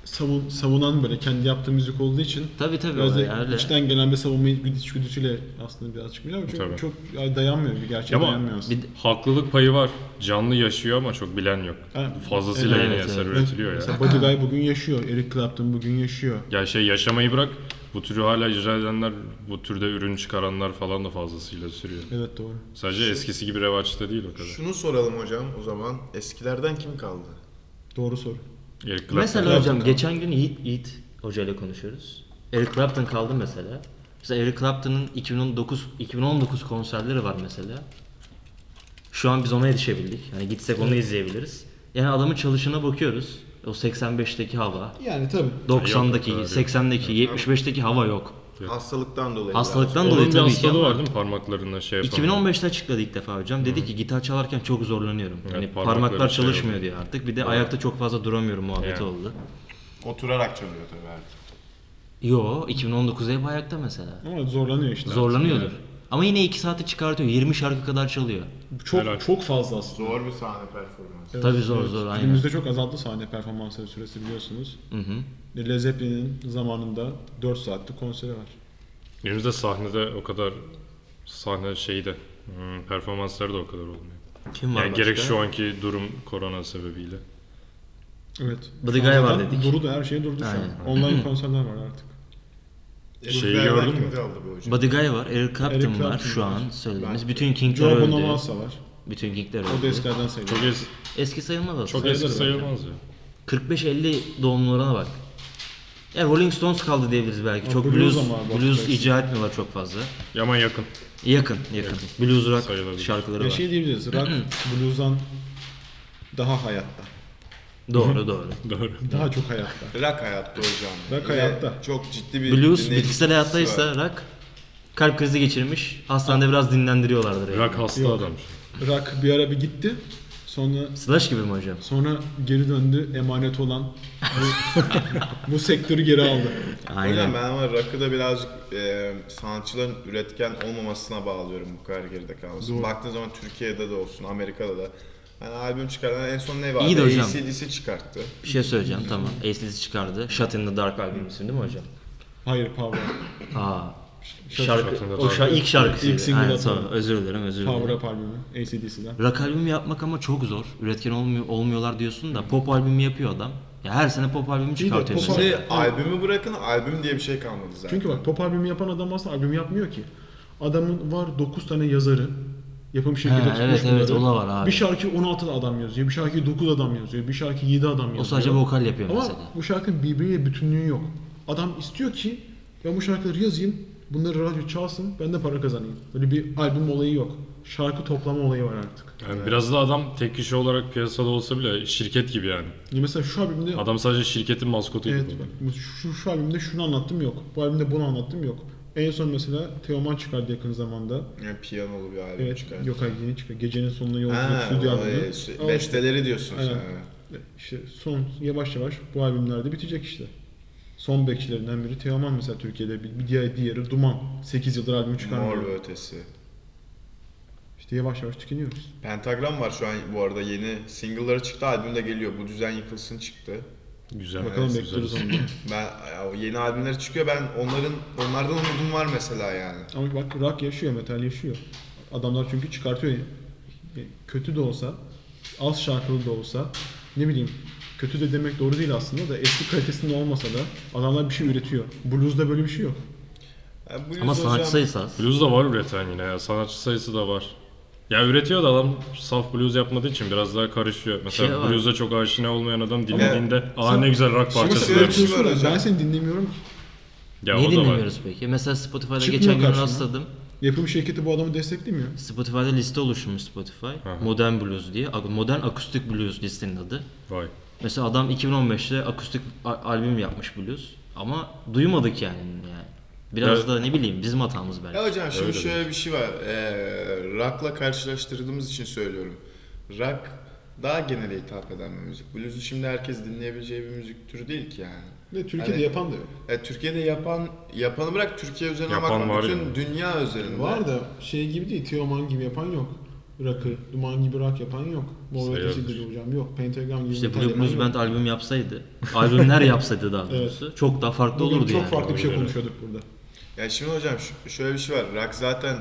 Speaker 4: savun, savunan böyle kendi yaptığı müzik olduğu için
Speaker 3: Tabii tabii
Speaker 4: biraz
Speaker 3: öyle,
Speaker 4: da
Speaker 3: öyle.
Speaker 4: içten gelen bir savunma içgüdüsüyle aslında biraz çıkmış ama çok,
Speaker 2: Tabii.
Speaker 4: çok ya dayanmıyor bir gerçeğe
Speaker 2: Ama
Speaker 4: dayanmıyor aslında.
Speaker 3: Bir de-
Speaker 2: Haklılık payı var. Canlı yaşıyor ama çok bilen yok.
Speaker 4: Ha,
Speaker 2: Fazlasıyla
Speaker 3: evet,
Speaker 2: yeni
Speaker 3: evet,
Speaker 2: eser
Speaker 3: evet.
Speaker 2: üretiliyor ya.
Speaker 4: Mesela Buddy Guy bugün yaşıyor, Eric Clapton bugün yaşıyor.
Speaker 2: Ya şey yaşamayı bırak. Bu türü hala icra edenler, bu türde ürün çıkaranlar falan da fazlasıyla sürüyor.
Speaker 4: Evet doğru.
Speaker 2: Sadece eskisi gibi revaçta değil o kadar.
Speaker 5: Şunu soralım hocam o zaman. Eskilerden kim kaldı?
Speaker 4: Doğru soru.
Speaker 2: Eric Clapton.
Speaker 3: Mesela hocam geçen gün Yiğit, Yiğit Hoca ile konuşuyoruz. Eric Clapton kaldı mesela. Mesela Eric Clapton'ın 2019 2019 konserleri var mesela. Şu an biz ona yetişebildik. Hani gitsek onu izleyebiliriz. Yani adamın çalışına bakıyoruz. O 85'teki hava,
Speaker 4: Yani tabii.
Speaker 3: 90'daki,
Speaker 2: Yok, yok,
Speaker 3: 80'deki, 75'teki hava yok.
Speaker 5: Hastalıktan dolayı.
Speaker 3: Hastalıktan
Speaker 2: Onun
Speaker 3: dolayı
Speaker 2: bir
Speaker 3: tabii ki
Speaker 2: hastalığı
Speaker 3: ama.
Speaker 2: var değil mi? Parmaklarına şey yapamıyor.
Speaker 3: 2015'te açıkladı ilk defa hocam. Dedi ki gitar çalarken çok zorlanıyorum. hani
Speaker 2: parmakları
Speaker 3: parmaklar
Speaker 2: şey
Speaker 3: çalışmıyor diyor artık. Bir de ayakta çok fazla duramıyorum
Speaker 2: Yani.
Speaker 3: muhabbeti oldu.
Speaker 5: Oturarak çalıyor tabii artık.
Speaker 3: Yo 2019'da hep ayakta mesela.
Speaker 4: Ama zorlanıyor işte.
Speaker 3: Zorlanıyordur. Ama yine 2 saati çıkartıyor. 20 şarkı kadar çalıyor.
Speaker 4: Çok
Speaker 2: Helal.
Speaker 4: çok fazla aslında.
Speaker 5: Zor bir sahne performansı.
Speaker 3: Tabii zor zor aynen.
Speaker 4: Günümüzde çok azaldı sahne performansları süresi biliyorsunuz. E,
Speaker 3: Hı hı.
Speaker 4: Led Zeppelin'in zamanında 4 saatlik konseri var.
Speaker 2: Günümüzde sahnede o kadar sahne şeyi de hmm, performansları da o kadar olmuyor.
Speaker 3: Kim var
Speaker 2: Yani
Speaker 3: başka?
Speaker 2: gerek şu anki durum korona sebebiyle.
Speaker 4: Evet.
Speaker 3: Bıdıgay
Speaker 4: Şu an
Speaker 3: var
Speaker 4: zaten
Speaker 3: dedik.
Speaker 4: Durdu her şey durdu şu
Speaker 3: Aynen.
Speaker 4: an. Online konserler var artık.
Speaker 2: Şeyi gördün mü?
Speaker 3: Bodyguy var, Eric Clapton
Speaker 4: Eric Clapton
Speaker 3: var şu
Speaker 4: var.
Speaker 3: an söylediğimiz. Bütün Kingler
Speaker 4: Joe
Speaker 3: öldü.
Speaker 4: Bonamassa var.
Speaker 3: Bütün Kingler
Speaker 4: O da
Speaker 3: öldü.
Speaker 4: eskilerden sayılır.
Speaker 2: Çok eski,
Speaker 3: Eski sayılmaz aslında.
Speaker 2: çok
Speaker 4: Sayılır
Speaker 2: eski
Speaker 4: bence.
Speaker 2: sayılmaz ya.
Speaker 3: 45-50 doğumlularına bak. Ya Rolling Stones kaldı diyebiliriz belki.
Speaker 4: Ama
Speaker 3: çok
Speaker 4: blues
Speaker 3: blues,
Speaker 4: ama bak
Speaker 3: blues
Speaker 4: belki.
Speaker 3: icra etmiyorlar çok fazla.
Speaker 2: Yaman yakın.
Speaker 3: Yakın, yakın. Blues rock
Speaker 2: Sayılabilir.
Speaker 3: şarkıları
Speaker 4: Ya
Speaker 3: var.
Speaker 4: şey diyebiliriz. Rock blues'dan daha hayatta.
Speaker 3: Doğru, doğru.
Speaker 2: Doğru.
Speaker 4: Daha çok hayatta.
Speaker 5: Rock hayatta hocam.
Speaker 4: Rock
Speaker 5: Yine
Speaker 4: hayatta.
Speaker 5: Çok ciddi bir
Speaker 3: Blues
Speaker 5: dinleyici
Speaker 3: bitkisel
Speaker 5: kitlesi var.
Speaker 3: hayattaysa rock kalp krizi geçirmiş. Hastanede biraz dinlendiriyorlardır yani.
Speaker 2: Rock hasta
Speaker 4: Yok.
Speaker 2: adammış.
Speaker 4: Rock bir ara bir gitti. Sonra
Speaker 3: Slash gibi mi hocam?
Speaker 4: sonra geri döndü emanet olan bu, bu sektörü geri aldı.
Speaker 5: Hocam
Speaker 3: Aynen.
Speaker 5: ben ama rock'ı da birazcık e, sanatçıların üretken olmamasına bağlıyorum bu kadar geride kalması. Baktığın zaman Türkiye'de de olsun, Amerika'da da. Hani albüm çıkaran en son ne vardı?
Speaker 3: İyi de hocam.
Speaker 5: AC/DC çıkarttı.
Speaker 3: Bir şey söyleyeceğim tamam. ACDC çıkardı. Shut in the Dark albümün ismi değil mi hocam?
Speaker 4: Hayır Power.
Speaker 3: Aa.
Speaker 2: Shut in the
Speaker 3: Şarkı, o
Speaker 2: Dark.
Speaker 3: şa- ilk şarkısıydı.
Speaker 4: İlk single
Speaker 3: Aynen,
Speaker 4: atan.
Speaker 3: tamam. Özür dilerim, özür dilerim.
Speaker 4: Power Up albümü ACDC'den.
Speaker 3: Rock albümü yapmak ama çok zor. Üretken olmuyor, olmuyorlar diyorsun da pop albümü yapıyor adam. Ya her sene pop albümü çıkartıyor.
Speaker 4: pop
Speaker 3: mesela.
Speaker 5: Şimdi albümü bırakın, albüm diye bir şey kalmadı zaten.
Speaker 4: Çünkü bak pop albümü yapan adam aslında albüm yapmıyor ki. Adamın var 9 tane yazarı. Yapım şirketi
Speaker 3: Ha,
Speaker 4: tutmuş
Speaker 3: evet, evet,
Speaker 4: bunları.
Speaker 3: o da var abi.
Speaker 4: Bir şarkı 16 adam yazıyor, bir şarkı 9 adam yazıyor, bir şarkı 7 adam yazıyor.
Speaker 3: o sadece vokal yapıyor
Speaker 4: Ama
Speaker 3: mesela.
Speaker 4: bu şarkının birbiriyle bütünlüğü yok. Adam istiyor ki ben bu şarkıları yazayım, bunları radyo çalsın, ben de para kazanayım. Böyle bir albüm olayı yok. Şarkı toplama olayı var artık.
Speaker 2: Yani Biraz da adam tek kişi olarak piyasada olsa bile şirket gibi yani.
Speaker 4: Ya mesela şu albümde
Speaker 2: Adam sadece şirketin maskotu
Speaker 4: evet,
Speaker 2: gibi.
Speaker 4: bak, şu, şu albümde şunu anlattım yok. Bu albümde bunu anlattım yok. En son mesela Teoman çıkardı yakın zamanda.
Speaker 5: Yani piyanolu bir albüm
Speaker 4: Evet,
Speaker 5: çıkarttı.
Speaker 4: yok hayır yeni çıkıyor. Gecenin sonuna yolculuk
Speaker 5: Ha,
Speaker 4: stüdyo
Speaker 5: o,
Speaker 4: albümü.
Speaker 5: e,
Speaker 4: Ama
Speaker 5: besteleri diyorsun sen.
Speaker 4: Aynen. işte son yavaş yavaş bu albümlerde bitecek işte. Son bekçilerinden biri Teoman mesela Türkiye'de bir, bir diğer diğeri Duman 8 yıldır albüm
Speaker 5: ha. Mor
Speaker 4: çıkarmıyor.
Speaker 5: ve ötesi.
Speaker 4: İşte yavaş yavaş tükeniyoruz.
Speaker 5: Pentagram var şu an bu arada yeni. Single'ları çıktı, albüm de geliyor. Bu düzen yıkılsın çıktı.
Speaker 2: Güzel.
Speaker 4: Bakalım
Speaker 2: Evet,
Speaker 4: bekliyoruz
Speaker 2: güzel.
Speaker 4: onu.
Speaker 5: Ben ya, o yeni albümleri çıkıyor. Ben onların onlardan umudum var mesela yani.
Speaker 4: Ama bak rock yaşıyor, metal yaşıyor. Adamlar çünkü çıkartıyor. E, Kötü de olsa, az şarkılı da olsa, ne bileyim kötü de demek doğru değil aslında da eski kalitesinde olmasa da adamlar bir şey üretiyor. Blues'da böyle bir şey yok.
Speaker 5: Ya, bu
Speaker 3: Ama
Speaker 5: yüzden
Speaker 3: sanatçı
Speaker 5: hocam-
Speaker 3: sayısı az.
Speaker 2: Blues da var üreten yine ya. Sanatçı sayısı da var. Ya üretiyor da adam saf blues yapmadığı için biraz daha karışıyor.
Speaker 3: Şey
Speaker 2: Mesela
Speaker 3: var.
Speaker 2: blues'a çok aşina olmayan adam dinlediğinde aa
Speaker 4: sen-
Speaker 2: ne güzel rock
Speaker 5: Şimdi
Speaker 2: parçası
Speaker 5: şöyle
Speaker 2: vermiş.
Speaker 5: bir şey var
Speaker 4: Ben
Speaker 5: hocam.
Speaker 4: seni dinlemiyorum ki.
Speaker 2: Ya
Speaker 3: Niye
Speaker 2: o da var.
Speaker 3: dinlemiyoruz peki? Mesela Spotify'da
Speaker 4: Çıkmıyor
Speaker 3: geçen gün
Speaker 4: karşına.
Speaker 3: rastladım.
Speaker 4: Yapım şirketi bu adamı desteklemiyor.
Speaker 3: Spotify'da liste oluşmuş Spotify. Modern Blues diye. Ak- Modern Akustik Blues listenin adı.
Speaker 2: Vay.
Speaker 3: Mesela adam 2015'te akustik a- albüm yapmış Blues. Ama duymadık yani. yani. Biraz
Speaker 2: Evet.
Speaker 3: da ne bileyim bizim hatamız belki.
Speaker 5: Ya hocam şimdi
Speaker 2: Öyle
Speaker 5: şöyle bir şey var. Ee, rock'la karşılaştırdığımız için söylüyorum. Rock daha genele hitap eden bir müzik. Blues'u şimdi herkes dinleyebileceği bir müzik türü değil ki yani.
Speaker 4: Ve Türkiye'de
Speaker 5: Hani-
Speaker 4: yapan da yok.
Speaker 5: E, Türkiye'de yapan yapanı bırak Türkiye üzerine
Speaker 2: Yapan
Speaker 5: bakma.
Speaker 2: var
Speaker 5: Bütün
Speaker 2: yani.
Speaker 5: dünya üzerinde.
Speaker 4: Var da şey gibi değil, Teoman gibi yapan yok. Rock'ı, Duman gibi rock yapan yok. Mor ve
Speaker 2: Sayılır.
Speaker 4: Ötesi gibi hocam yok. Pentagram gibi
Speaker 3: İşte
Speaker 4: metal
Speaker 3: Blue
Speaker 4: yapan
Speaker 3: Blues
Speaker 4: yok.
Speaker 3: Band albüm yapsaydı, albümler yapsaydı daha doğrusu çok daha farklı
Speaker 4: Bugün
Speaker 3: olurdu
Speaker 4: çok
Speaker 3: yani.
Speaker 4: farklı bir şey
Speaker 2: Doğru.
Speaker 4: konuşuyorduk burada.
Speaker 5: Ya şimdi hocam ş- şöyle bir şey var. Rock zaten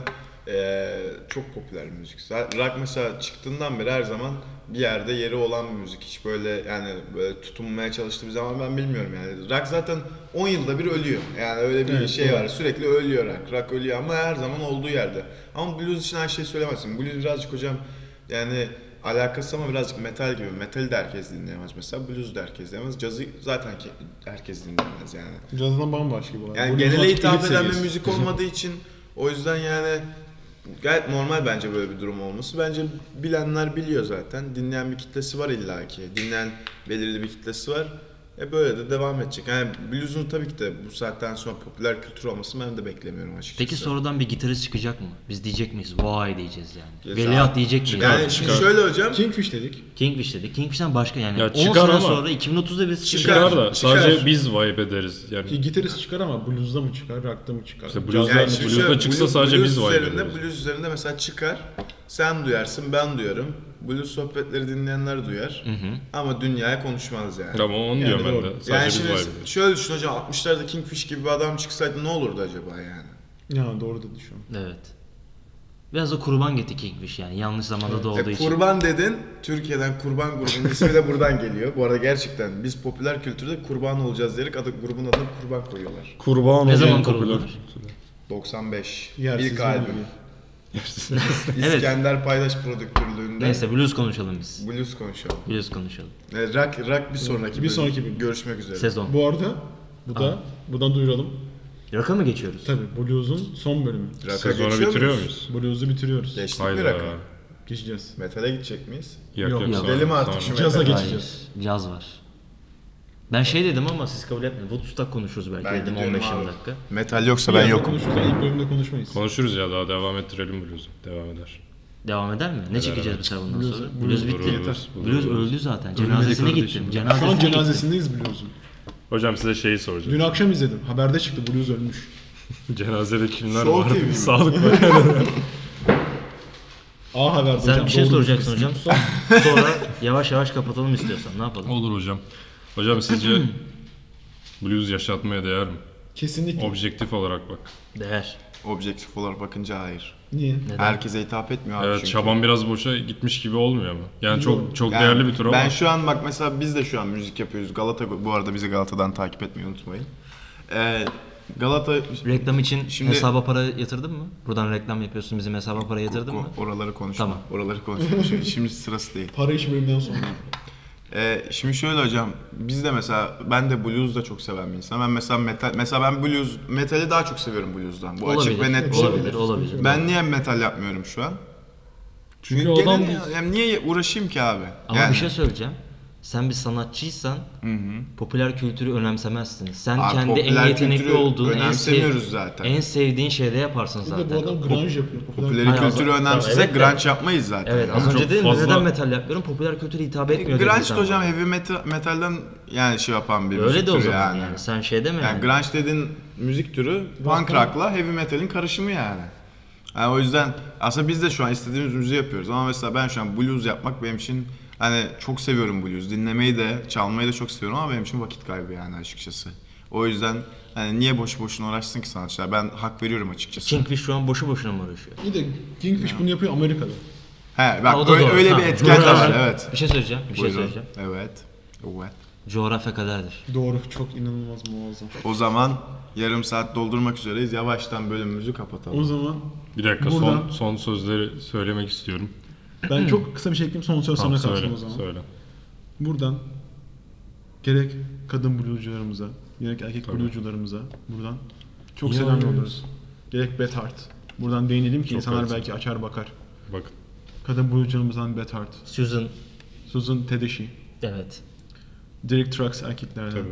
Speaker 5: eee, çok popüler bir müzik. Za- Rock mesela çıktığından beri her zaman bir yerde yeri olan bir müzik. Hiç böyle yani böyle tutunmaya çalıştığı bir zaman ben bilmiyorum yani. Rock zaten 10 yılda bir ölüyor. Yani öyle bir
Speaker 4: Evet,
Speaker 5: şey
Speaker 4: doğru.
Speaker 5: var. Sürekli ölüyor rock. Rock ölüyor ama her zaman olduğu yerde. Ama blues için her şeyi söylemezsin. Blues birazcık hocam yani alakası ama birazcık metal gibi. Metali de herkes dinleyemez mesela. Blues de herkes dinleyemez. Cazı zaten ki- herkes dinleyemez yani.
Speaker 4: Cazdan bambaşka bu.
Speaker 5: Yani
Speaker 4: Blues
Speaker 5: genele
Speaker 4: artık
Speaker 5: hitap
Speaker 4: elit
Speaker 5: eden bir
Speaker 4: seviyesi.
Speaker 5: müzik olmadığı için o yüzden yani gayet normal bence böyle bir durum olması. Bence bilenler biliyor zaten. Dinleyen bir kitlesi var illaki. Dinleyen belirli bir kitlesi var. E böyle de devam edecek. Yani blues'un tabii ki de bu saatten sonra popüler kültür olmasını ben de beklemiyorum açıkçası.
Speaker 3: Peki sonradan bir gitarist çıkacak mı? Biz diyecek miyiz? Vay diyeceğiz yani.
Speaker 5: Ya
Speaker 3: Veliaht
Speaker 5: sen-
Speaker 3: diyecek miyiz?
Speaker 5: Yani şimdi
Speaker 2: Çıkar.
Speaker 5: şöyle hocam.
Speaker 4: Kingfish dedik.
Speaker 3: Kingfish dedi. Kingfish'ten başka yani.
Speaker 2: Ya
Speaker 3: 10 sene
Speaker 2: çıkar ama-
Speaker 3: sonra 2030'da biz
Speaker 5: Çıkar.
Speaker 2: Çıkar
Speaker 5: Çıkar.
Speaker 2: da sadece biz vibe ederiz. Yani
Speaker 4: Ki gitarist çıkar ama blues'da mı çıkar, rock'ta mı çıkar?
Speaker 2: İşte
Speaker 4: Caz-
Speaker 2: blues'da-
Speaker 5: Yani şimdi
Speaker 2: Blues'da
Speaker 5: şöyle,
Speaker 2: çıksa
Speaker 5: blues-
Speaker 2: sadece
Speaker 5: blues
Speaker 2: biz var
Speaker 5: üzerinde,
Speaker 2: diyoruz.
Speaker 5: Blues üzerinde mesela çıkar. Sen duyarsın, ben duyarım. Blues sohbetleri dinleyenler duyar. Ama dünyaya konuşmaz yani.
Speaker 2: Tamam onu
Speaker 4: Yani
Speaker 2: diyorum ben
Speaker 4: doğru.
Speaker 2: de. Sadece
Speaker 5: Yani
Speaker 2: biz
Speaker 5: şimdi
Speaker 2: vibe ederiz.
Speaker 5: şöyle düşün hocam 60'larda Kingfish gibi bir adam çıksaydı ne olurdu acaba yani?
Speaker 4: Ya doğru dedi şu an.
Speaker 3: Evet. Biraz da kurban gitti Kingfish yani yanlış zamanda doğduğu
Speaker 5: E,
Speaker 3: için.
Speaker 5: kurban dedin. Türkiye'den kurban grubunun ismi de buradan geliyor. Bu arada gerçekten biz popüler kültürde kurban olacağız diyerek adı, grubun adına kurban koyuyorlar.
Speaker 2: Kurban
Speaker 3: Ne zaman
Speaker 2: olayım
Speaker 3: kuruldular?
Speaker 2: popüler kültürü.
Speaker 5: 95.
Speaker 4: Yersiz
Speaker 5: ilk
Speaker 4: bir
Speaker 5: albüm.
Speaker 4: bilgi.
Speaker 3: Evet.
Speaker 5: İskender Paydaş prodüktörlüğünde
Speaker 3: Neyse blues konuşalım biz.
Speaker 5: Blues konuşalım.
Speaker 3: Blues konuşalım.
Speaker 5: E, rock, rock bir sonraki
Speaker 4: Bir
Speaker 5: bölüm.
Speaker 4: sonraki bölüm.
Speaker 5: Görüşmek üzere.
Speaker 3: Sezon.
Speaker 4: Bu arada bu da buradan duyuralım.
Speaker 3: Rock'a mı geçiyoruz?
Speaker 4: Tabii Blues'un son bölümü.
Speaker 5: Rock'a
Speaker 2: Sezonu
Speaker 5: geçiyor
Speaker 2: bitiriyor
Speaker 5: muyuz?
Speaker 2: muyuz?
Speaker 4: Blues'u bitiriyoruz.
Speaker 5: Geçtik mi rock'a?
Speaker 2: Hayda.
Speaker 4: Geçeceğiz.
Speaker 5: Metale gidecek miyiz?
Speaker 2: Yok
Speaker 4: Yok,
Speaker 2: yok.
Speaker 3: yok.
Speaker 2: sağ
Speaker 5: Gidelim
Speaker 2: olun,
Speaker 5: artık
Speaker 2: sağ olun.
Speaker 5: şu
Speaker 4: Caza
Speaker 5: metale.
Speaker 4: geçeceğiz.
Speaker 3: Hayır, Caz var. Ben şey dedim ama siz kabul etmediniz. Woodstock konuşuruz belki
Speaker 5: Ben
Speaker 3: dedim
Speaker 5: gidiyorum
Speaker 3: 15
Speaker 5: abi.
Speaker 3: dakika.
Speaker 5: Metal yoksa ben
Speaker 4: Bir
Speaker 5: yokum.
Speaker 4: Konuşuruz ama ilk bölümde konuşmayız.
Speaker 2: Konuşuruz ya daha devam ettirelim bluzu. Devam eder.
Speaker 3: Devam eder mi? Ne çekeceğiz mesela bundan
Speaker 4: Blues-
Speaker 3: sonra?
Speaker 4: blues
Speaker 3: Blues
Speaker 2: Vururuz,
Speaker 3: bitti.
Speaker 4: yeter.
Speaker 2: vururuz.
Speaker 3: Blues öldü zaten. Cenazesine
Speaker 2: kardeşim.
Speaker 3: gittim.
Speaker 4: Şu
Speaker 3: Cenazesine
Speaker 4: an
Speaker 3: gittim.
Speaker 4: cenazesindeyiz Blues'un.
Speaker 2: Hocam size şeyi soracağım.
Speaker 4: Dün akşam izledim. Haberde çıktı Blues ölmüş.
Speaker 2: Cenazede kimler
Speaker 5: Show TV
Speaker 2: var?
Speaker 5: mi?
Speaker 2: Sağlık bakanı.
Speaker 4: A Haber'de
Speaker 3: Sen
Speaker 4: hocam,
Speaker 3: bir şey
Speaker 4: doğru
Speaker 3: soracaksın
Speaker 4: bilgisi.
Speaker 3: hocam. Sor. Sonra yavaş yavaş kapatalım istiyorsan. Ne yapalım?
Speaker 2: Olur hocam. Hocam sizce blues yaşatmaya değer mi?
Speaker 4: Kesinlikle.
Speaker 2: Objektif olarak bak.
Speaker 3: Değer.
Speaker 5: Objektif olarak bakınca hayır.
Speaker 4: Niye?
Speaker 5: Herkese hitap etmiyor abi
Speaker 2: Evet
Speaker 5: çünkü.
Speaker 2: çaban biraz boşa gitmiş gibi olmuyor mu? Yani
Speaker 4: Bilmiyorum.
Speaker 2: çok çok
Speaker 5: Yani
Speaker 2: değerli bir tur ama.
Speaker 5: Ben şu an bak mesela biz de şu an müzik yapıyoruz. Galata bu arada bizi Galata'dan takip etmeyi unutmayın. Ee, Galata
Speaker 3: Reklam için
Speaker 5: Şimdi-
Speaker 3: hesaba para yatırdın mı? Buradan reklam yapıyorsun bizim hesaba para yatırdın mı?
Speaker 5: Ko- oraları konuşma.
Speaker 3: Tamam.
Speaker 5: Oraları konuşma. Şimdi, şimdi sırası değil.
Speaker 4: Para iş bölümünden sonra.
Speaker 5: Ee, şimdi şöyle hocam biz de mesela ben de blues da çok seven bir insanım. Ben mesela metal mesela ben blues metali daha çok seviyorum blues'dan. Bu açık ve net bir şey.
Speaker 3: Olabilir, olabilir.
Speaker 5: Ben niye metal yapmıyorum şu an?
Speaker 2: Çünkü
Speaker 5: Gene
Speaker 2: adam
Speaker 5: ya- yani niye uğraşayım ki abi?
Speaker 3: Ama
Speaker 5: yani,
Speaker 3: bir şey söyleyeceğim. Sen bir sanatçıysan popüler kültürü önemsemezsin. Sen
Speaker 5: Abi
Speaker 3: kendi en
Speaker 5: popüler
Speaker 3: yetenekli
Speaker 5: kültürü
Speaker 3: olduğun, en,
Speaker 5: önemsemiyoruz
Speaker 3: sev-
Speaker 5: zaten.
Speaker 3: en sevdiğin şeyde yaparsın
Speaker 4: Bir de
Speaker 3: zaten.
Speaker 4: bu adam grunge yapıyor. Popüler.
Speaker 5: popüler
Speaker 3: Hayır,
Speaker 5: kültürü
Speaker 3: o zaman-
Speaker 5: önemsizsek
Speaker 3: Evet de-
Speaker 5: grunge yapmayız zaten.
Speaker 3: Evet
Speaker 5: yani.
Speaker 3: az önce
Speaker 2: çok
Speaker 3: dedim ya,
Speaker 2: fazla-
Speaker 3: neden metal yapıyorum? Popüler kültüre hitap etmiyor dedim
Speaker 5: Grunge de
Speaker 3: sana.
Speaker 5: hocam heavy metal, metalden yani şey yapan bir müzik
Speaker 3: Öyle de o
Speaker 5: türü
Speaker 3: zaman yani.
Speaker 5: yani.
Speaker 3: Sen şey deme
Speaker 5: Yani
Speaker 3: yani.
Speaker 5: grunge dediğin müzik türü punk rock'la heavy metal'in karışımı yani. Yani o yüzden aslında biz de şu an istediğimiz müziği yapıyoruz ama mesela ben şu an blues yapmak benim için hani çok seviyorum blues. Dinlemeyi de çalmayı da çok seviyorum ama benim için vakit kaybı yani açıkçası. O yüzden hani niye boş boşuna uğraşsın ki sanatçılar? Ben hak veriyorum açıkçası.
Speaker 3: Kingfish şu an boşu boşuna mı uğraşıyor?
Speaker 4: İyi de Kingfish bunu yapıyor Amerika'da.
Speaker 5: He
Speaker 3: Ha,
Speaker 5: bak
Speaker 3: o da
Speaker 5: öyle,
Speaker 3: doğru.
Speaker 5: öyle
Speaker 3: Ha,
Speaker 5: bir etken de
Speaker 3: doğru.
Speaker 5: var evet.
Speaker 3: Bir şey söyleyeceğim, bir şey
Speaker 5: Buyurun.
Speaker 3: söyleyeceğim.
Speaker 5: Evet. Evet.
Speaker 3: Coğrafya kaderdir.
Speaker 4: Doğru. Çok inanılmaz muazzam.
Speaker 5: O zaman yarım saat doldurmak üzereyiz. Yavaştan bölümümüzü kapatalım.
Speaker 4: O zaman
Speaker 2: bir dakika
Speaker 4: Buradan-
Speaker 2: son son sözleri söylemek istiyorum.
Speaker 4: ben çok kısa bir şey ekleyeyim. Son söz
Speaker 2: Tamam,
Speaker 4: sana
Speaker 2: söyle.
Speaker 4: kalsın o zaman.
Speaker 2: Söyle.
Speaker 4: Buradan gerek kadın bluescularımıza, gerek erkek bluescularımıza buradan çok
Speaker 3: İyi
Speaker 4: selam
Speaker 3: oynuyoruz.
Speaker 4: yolluyoruz. Gerek Bethard. Buradan değinelim ki insanlar
Speaker 2: haklısın.
Speaker 4: belki açar bakar.
Speaker 2: Bakın.
Speaker 4: Kadın bluescularımızdan Bethard,
Speaker 3: Susan,
Speaker 4: Susan Tedeşi,
Speaker 3: evet.
Speaker 4: Derek Trucks erkeklerden,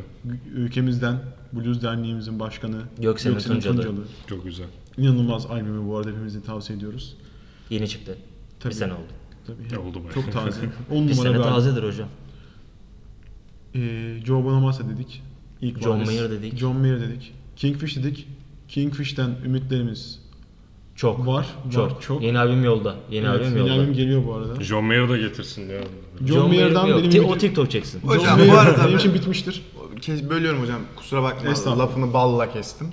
Speaker 4: ülkemizden Blues Derneğimizin başkanı
Speaker 3: Göksel'in
Speaker 4: Göksel'in
Speaker 3: Tuncalı.
Speaker 2: Çok güzel.
Speaker 4: İnanılmaz albümü bu arada hepimizi tavsiye ediyoruz.
Speaker 3: Yeni çıktı.
Speaker 4: Tabii.
Speaker 3: Bir sene oldu.
Speaker 4: Tabii
Speaker 2: Ne oldu bayağı.
Speaker 4: Çok taze. 10
Speaker 3: Bir
Speaker 4: numara
Speaker 3: sene
Speaker 4: bir albüm.
Speaker 3: tazedir hocam.
Speaker 4: Ee, Joe Bonamassa dedik. İlk
Speaker 3: John
Speaker 4: valiz.
Speaker 3: Mayer dedik.
Speaker 4: John Mayer dedik. Kingfish dedik. Kingfish'ten ümitlerimiz
Speaker 3: Çok.
Speaker 4: Var,
Speaker 3: çok.
Speaker 4: var, çok.
Speaker 3: Yeni albüm yolda. Yeni
Speaker 4: Evet,
Speaker 3: albüm
Speaker 4: yeni
Speaker 3: yolda.
Speaker 4: albüm geliyor bu arada.
Speaker 2: John Mayer da getirsin diyor.
Speaker 4: John, Mayer'dan
Speaker 3: yok.
Speaker 4: benim
Speaker 3: Ti-
Speaker 4: ümidim-
Speaker 3: O TikTok çeksin.
Speaker 4: John
Speaker 5: Hocam, bu
Speaker 4: Mayer
Speaker 5: arada
Speaker 4: benim
Speaker 5: ben-
Speaker 4: için bitmiştir.
Speaker 5: Kes, bölüyorum hocam. Kusura bakma.
Speaker 4: Estağfurullah.
Speaker 5: Lafını balla kestim.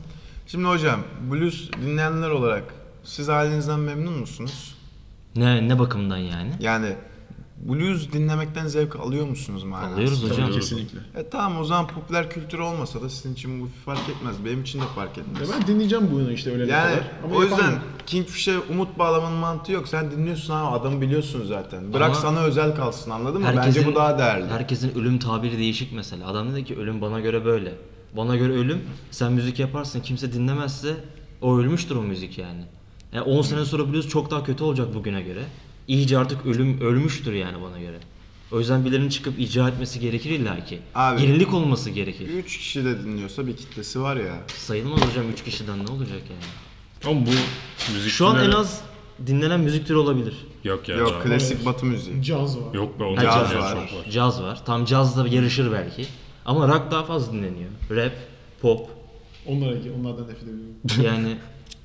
Speaker 5: Şimdi hocam blues dinleyenler olarak siz halinizden memnun musunuz?
Speaker 3: Ne ne bakımdan yani?
Speaker 5: Yani blues dinlemekten zevk alıyor musunuz manasında?
Speaker 3: Alıyoruz hocam.
Speaker 4: Kesinlikle.
Speaker 5: E tamam o zaman popüler kültür olmasa da sizin için bu fark etmez. Benim için de fark
Speaker 4: Ya
Speaker 5: etmez.
Speaker 4: E, ben dinleyeceğim bu oyunu işte öyle
Speaker 5: Yani
Speaker 4: kadar. Ama
Speaker 5: o yüzden
Speaker 4: yapamam.
Speaker 5: Kingfish'e umut bağlamanın mantığı yok. Sen dinliyorsun ha adamı biliyorsun zaten. Bırak
Speaker 3: Ama
Speaker 5: sana özel kalsın anladın mı?
Speaker 3: Herkesin-
Speaker 5: Bence bu daha değerli.
Speaker 3: Herkesin ölüm tabiri değişik mesela. Adam dedi ki ölüm bana göre böyle. Bana göre ölüm. Sen müzik yaparsın kimse dinlemezse o ölmüştür o müzik yani. Yani 10 sene sonra biliyoruz çok daha kötü olacak bugüne göre. İyice artık ölüm ölmüştür yani bana göre. O yüzden birilerinin çıkıp icra etmesi gerekir illaki.
Speaker 5: Abi-
Speaker 3: Yenilik olması gerekir.
Speaker 5: 3 kişi de dinliyorsa bir kitlesi var ya.
Speaker 3: Sayılmaz hocam 3 kişiden ne olacak yani?
Speaker 2: Ama bu müzik
Speaker 3: Şu an
Speaker 2: türü-
Speaker 3: en az dinlenen müzik türü olabilir.
Speaker 2: yok ya.
Speaker 5: Yok
Speaker 2: daha.
Speaker 5: klasik batı müziği.
Speaker 4: Caz var.
Speaker 2: Yok be onun
Speaker 3: Ha,
Speaker 2: ya,
Speaker 3: caz
Speaker 2: çok
Speaker 5: var.
Speaker 2: var.
Speaker 3: Caz var. Tam cazla yarışır belki. Ama rock daha fazla dinleniyor. Rap, pop
Speaker 4: Onlara onlardan nefret ediyorum.
Speaker 3: yani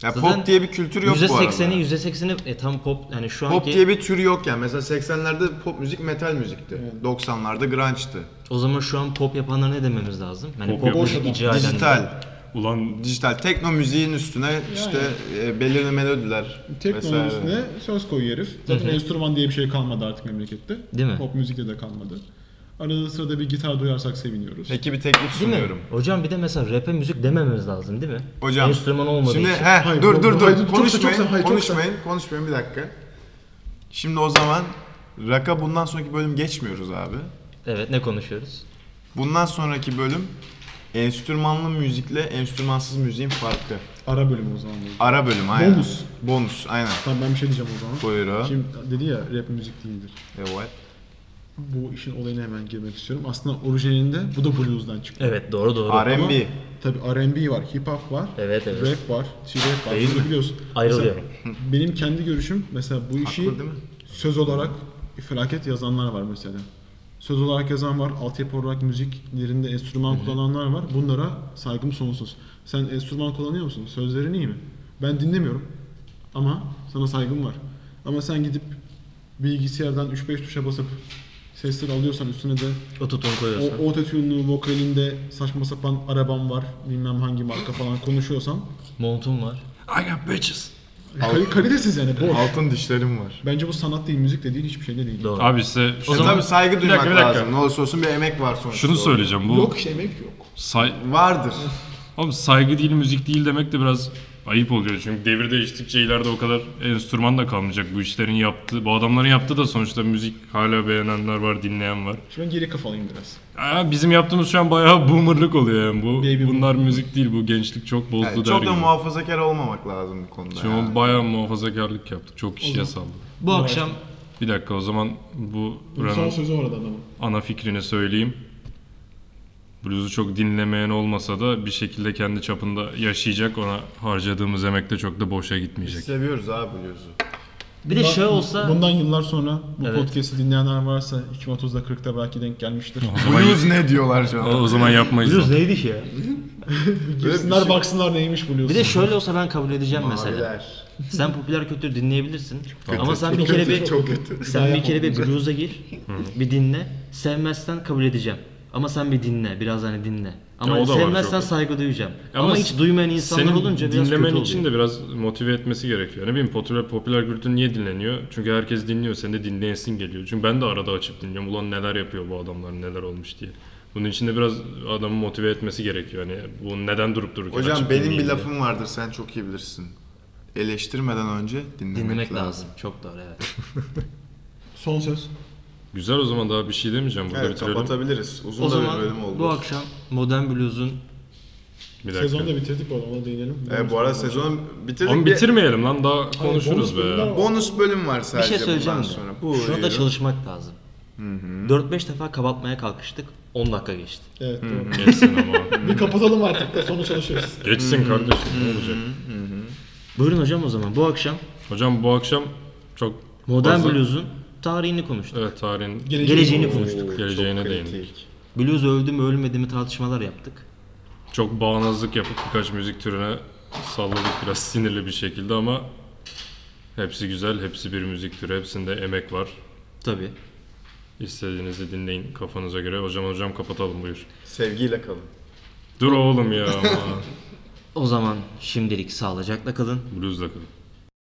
Speaker 5: Ya
Speaker 3: Zaten
Speaker 5: pop diye bir kültür yok bu arada.
Speaker 3: %80'i %80'i e, tam pop yani şu
Speaker 5: Pop
Speaker 3: anki
Speaker 5: diye bir tür yok yani. Mesela 80'lerde pop müzik metal müzikti.
Speaker 4: Evet.
Speaker 5: 90'larda grunge'tı.
Speaker 3: o zaman şu an pop yapanlara ne dememiz lazım? Yani
Speaker 2: Pop
Speaker 3: pop,
Speaker 2: yapan-
Speaker 3: müzik icra edenler.
Speaker 5: Dijital.
Speaker 2: Ulan
Speaker 5: Dijital tekno müziğin üstüne işte e, belirli melodiler
Speaker 4: Teknolojisine
Speaker 5: vesaire.
Speaker 4: üstüne söz koyuyor herif. Zaten enstrüman diye bir şey kalmadı artık memlekette.
Speaker 3: Değil mi?
Speaker 4: Pop müzikte de kalmadı. Arada sırada bir gitar duyarsak seviniyoruz.
Speaker 5: Peki bir teklif sunuyorum.
Speaker 3: Hocam bir de mesela rap'e müzik demememiz lazım değil mi?
Speaker 5: Hocam,
Speaker 3: Enstrüman olmadığı
Speaker 5: Şimdi he
Speaker 3: için.
Speaker 4: Hayır,
Speaker 5: dur
Speaker 4: bu-
Speaker 5: dur
Speaker 4: bu-
Speaker 5: dur
Speaker 4: hayır, çok- çok-
Speaker 5: konuşmayın
Speaker 4: çok- hayır, çok-
Speaker 5: konuşmayın konuşmayın bir dakika. Şimdi o zaman Raka bundan sonraki bölüm geçmiyoruz abi.
Speaker 3: Evet ne konuşuyoruz?
Speaker 5: Bundan sonraki bölüm enstrümanlı müzikle enstrümansız müziğin farkı.
Speaker 4: Ara bölümü o zaman. bu.
Speaker 5: Ara bölüm aynen.
Speaker 4: Bonus.
Speaker 5: Bonus aynen.
Speaker 4: Tamam ben bir şey diyeceğim o zaman.
Speaker 5: Buyurun.
Speaker 4: Şimdi dedi ya rap müzik değildir.
Speaker 5: Evet.
Speaker 4: Bu işin olayına hemen girmek istiyorum. Aslında orijinalinde bu da blues'dan çıktı.
Speaker 3: Evet doğru doğru.
Speaker 4: Ama
Speaker 5: R&B.
Speaker 4: Tabii R&B var, hip hop var,
Speaker 3: Evet, evet.
Speaker 4: rap var, şey rap var.
Speaker 5: Değil
Speaker 4: Bunu
Speaker 5: mi?
Speaker 4: biliyorsun.
Speaker 3: Ayrılıyor.
Speaker 4: Mesela benim kendi görüşüm mesela bu işi
Speaker 5: Haklı değil mi?
Speaker 4: söz olarak felaket yazanlar var mesela. Söz olarak yazan var, altyapı olarak müziklerinde enstrüman kullananlar var. Bunlara saygım sonsuz. Sen enstrüman kullanıyor musun? Sözlerin iyi mi? Ben dinlemiyorum ama sana saygım var. Ama sen gidip bilgisayardan 3-5 tuşa basıp sesleri alıyorsan üstüne de
Speaker 3: O tutun koyuyorsun.
Speaker 4: o autotune'lu vokalinde saçma sapan arabam var bilmem hangi marka falan konuşuyorsan
Speaker 3: Montun var.
Speaker 2: I got bitches.
Speaker 4: kal- kalitesiz yani boş.
Speaker 5: Altın dişlerim var.
Speaker 4: Bence bu sanat değil, müzik de değil, hiçbir şey de değil.
Speaker 3: Doğru.
Speaker 2: Abi işte
Speaker 5: O
Speaker 2: şunu-
Speaker 5: tabii saygı
Speaker 2: Bir dakika,
Speaker 5: duymak
Speaker 2: bir dakika.
Speaker 5: lazım. Ne olursa olsun bir emek var sonuçta.
Speaker 2: Şunu söyleyeceğim bu
Speaker 4: Yok şey emek yok.
Speaker 2: say-
Speaker 5: Vardır.
Speaker 2: Abi saygı değil müzik değil demek de biraz ayıp oluyor. Çünkü devir değiştikçe ileride o kadar enstrüman da kalmayacak. Bu işlerin yaptığı, bu adamların yaptığı da sonuçta müzik hala beğenenler var, dinleyen var.
Speaker 4: Şimdi ben geri kafalıyım biraz.
Speaker 2: Aa, bizim yaptığımız şu an bayağı boomerlık oluyor yani bu.
Speaker 4: Baby
Speaker 2: Bunlar müzik değil bu gençlik çok bozdu
Speaker 5: Yani
Speaker 2: der
Speaker 5: çok da
Speaker 2: gibi.
Speaker 5: muhafazakar olmamak lazım bu konuda.
Speaker 2: Şu
Speaker 5: yani.
Speaker 2: an bayağı muhafazakarlık yaptık. Çok kişiye saldı.
Speaker 3: Bu akşam
Speaker 2: Bir dakika o zaman bu
Speaker 4: Son
Speaker 2: buranın
Speaker 4: sözü orada adamın.
Speaker 2: ana fikrini söyleyeyim. Blues'u çok dinlemeyen olmasa da bir şekilde kendi çapında yaşayacak. Ona harcadığımız emek de çok da boşa
Speaker 5: Biz
Speaker 2: gitmeyecek.
Speaker 5: seviyoruz abi Blues'u.
Speaker 3: bir de şey olsa
Speaker 4: Bundan yıllar sonra bu
Speaker 3: Evet.
Speaker 4: podcast'i dinleyenler varsa 2030'da 40'ta belki denk gelmiştir.
Speaker 2: O zaman,
Speaker 5: Blues ne diyorlar şu an?
Speaker 2: o zaman yapmayız.
Speaker 3: Blues
Speaker 2: onu.
Speaker 3: neydi ki ya?
Speaker 4: Girsinler baksınlar neymiş buluyorsun.
Speaker 3: şey- Bir de şöyle olsa ben kabul edeceğim mesela.
Speaker 5: Abiler.
Speaker 3: Sen popüler kültür dinleyebilirsin. Ama sen
Speaker 5: Çok
Speaker 3: bir kere
Speaker 5: kötü,
Speaker 3: bir
Speaker 5: çok kötü.
Speaker 3: sen bir kere bir blues'a gir. bir dinle. Sevmezsen kabul edeceğim. Ama sen bir dinle, biraz hani dinle. Ama
Speaker 2: Ya o da var,
Speaker 3: sevmezsen
Speaker 2: çok.
Speaker 3: saygı duyacağım. Ama,
Speaker 2: Ama
Speaker 3: hiç duymayan insanlar
Speaker 2: Senin
Speaker 3: olunca biraz kötü
Speaker 2: dinlemen
Speaker 3: oluyor.
Speaker 2: için de biraz motive etmesi gerekiyor. Ne bileyim popüler, popüler kültür niye dinleniyor? Çünkü herkes dinliyor. Sen de dinleyesin geliyor. Çünkü ben de arada açıp dinliyorum. Ulan neler yapıyor bu adamlar neler olmuş diye. Bunun için de biraz adamı motive etmesi gerekiyor. Hani bu neden durup dururken
Speaker 5: Hocam
Speaker 2: açıp
Speaker 5: benim bir
Speaker 2: dinleyeyim diye.
Speaker 5: lafım vardır sen çok iyi bilirsin. Eleştirmeden önce dinlemek,
Speaker 3: dinlemek
Speaker 5: lazım.
Speaker 3: lazım. Çok doğru evet.
Speaker 4: Son söz.
Speaker 2: Güzel o zaman daha bir şey demeyeceğim. Burada
Speaker 5: Evet
Speaker 2: bitirelim.
Speaker 5: kapatabiliriz. Uzun
Speaker 3: o
Speaker 5: da
Speaker 3: zaman
Speaker 5: bir bölüm oldu.
Speaker 3: bu akşam modern blues'un
Speaker 2: Bir dakika.
Speaker 4: Sezonu da bitirdik bu arada ona değinelim.
Speaker 5: E, bu arada sezonu bitirdik.
Speaker 2: Onu
Speaker 5: Bir
Speaker 2: bitirmeyelim lan daha konuşuruz
Speaker 4: bonus bölümler
Speaker 2: be.
Speaker 4: var.
Speaker 5: Bonus bölüm var
Speaker 3: bir
Speaker 5: sadece
Speaker 3: şey söyleyeceğim
Speaker 5: bundan
Speaker 3: de.
Speaker 5: sonra.
Speaker 3: Şuna
Speaker 5: Buyurun.
Speaker 3: da çalışmak lazım. 4-5 defa kapatmaya kalkıştık. 10 dakika geçti.
Speaker 4: Evet doğru.
Speaker 3: Hmm.
Speaker 2: Geçsin ama.
Speaker 4: Bir kapatalım artık da sonra çalışıyoruz.
Speaker 2: Geçsin kardeşim ne olacak?
Speaker 3: Buyurun hocam o zaman. Bu akşam
Speaker 2: Hocam bu akşam çok
Speaker 3: modern
Speaker 2: fazla-
Speaker 3: blues'un tarihini konuştuk.
Speaker 2: Evet tarihin
Speaker 3: Geleceğini konuştuk.
Speaker 2: geleceğine
Speaker 5: Çok
Speaker 2: değindik.
Speaker 5: kritik.
Speaker 3: Blues öldü mü ölmedi mi tartışmalar yaptık.
Speaker 2: Çok bağnazlık yapıp birkaç müzik türüne salladık biraz sinirli bir şekilde ama hepsi güzel, hepsi bir müzik türü, hepsinde emek var.
Speaker 3: Tabii.
Speaker 2: İstediğinizi dinleyin kafanıza göre. Hocam hocam kapatalım buyur.
Speaker 5: Sevgiyle kalın.
Speaker 2: Dur oğlum ya ama.
Speaker 3: O zaman şimdilik sağlıcakla kalın.
Speaker 2: Blues'la kalın.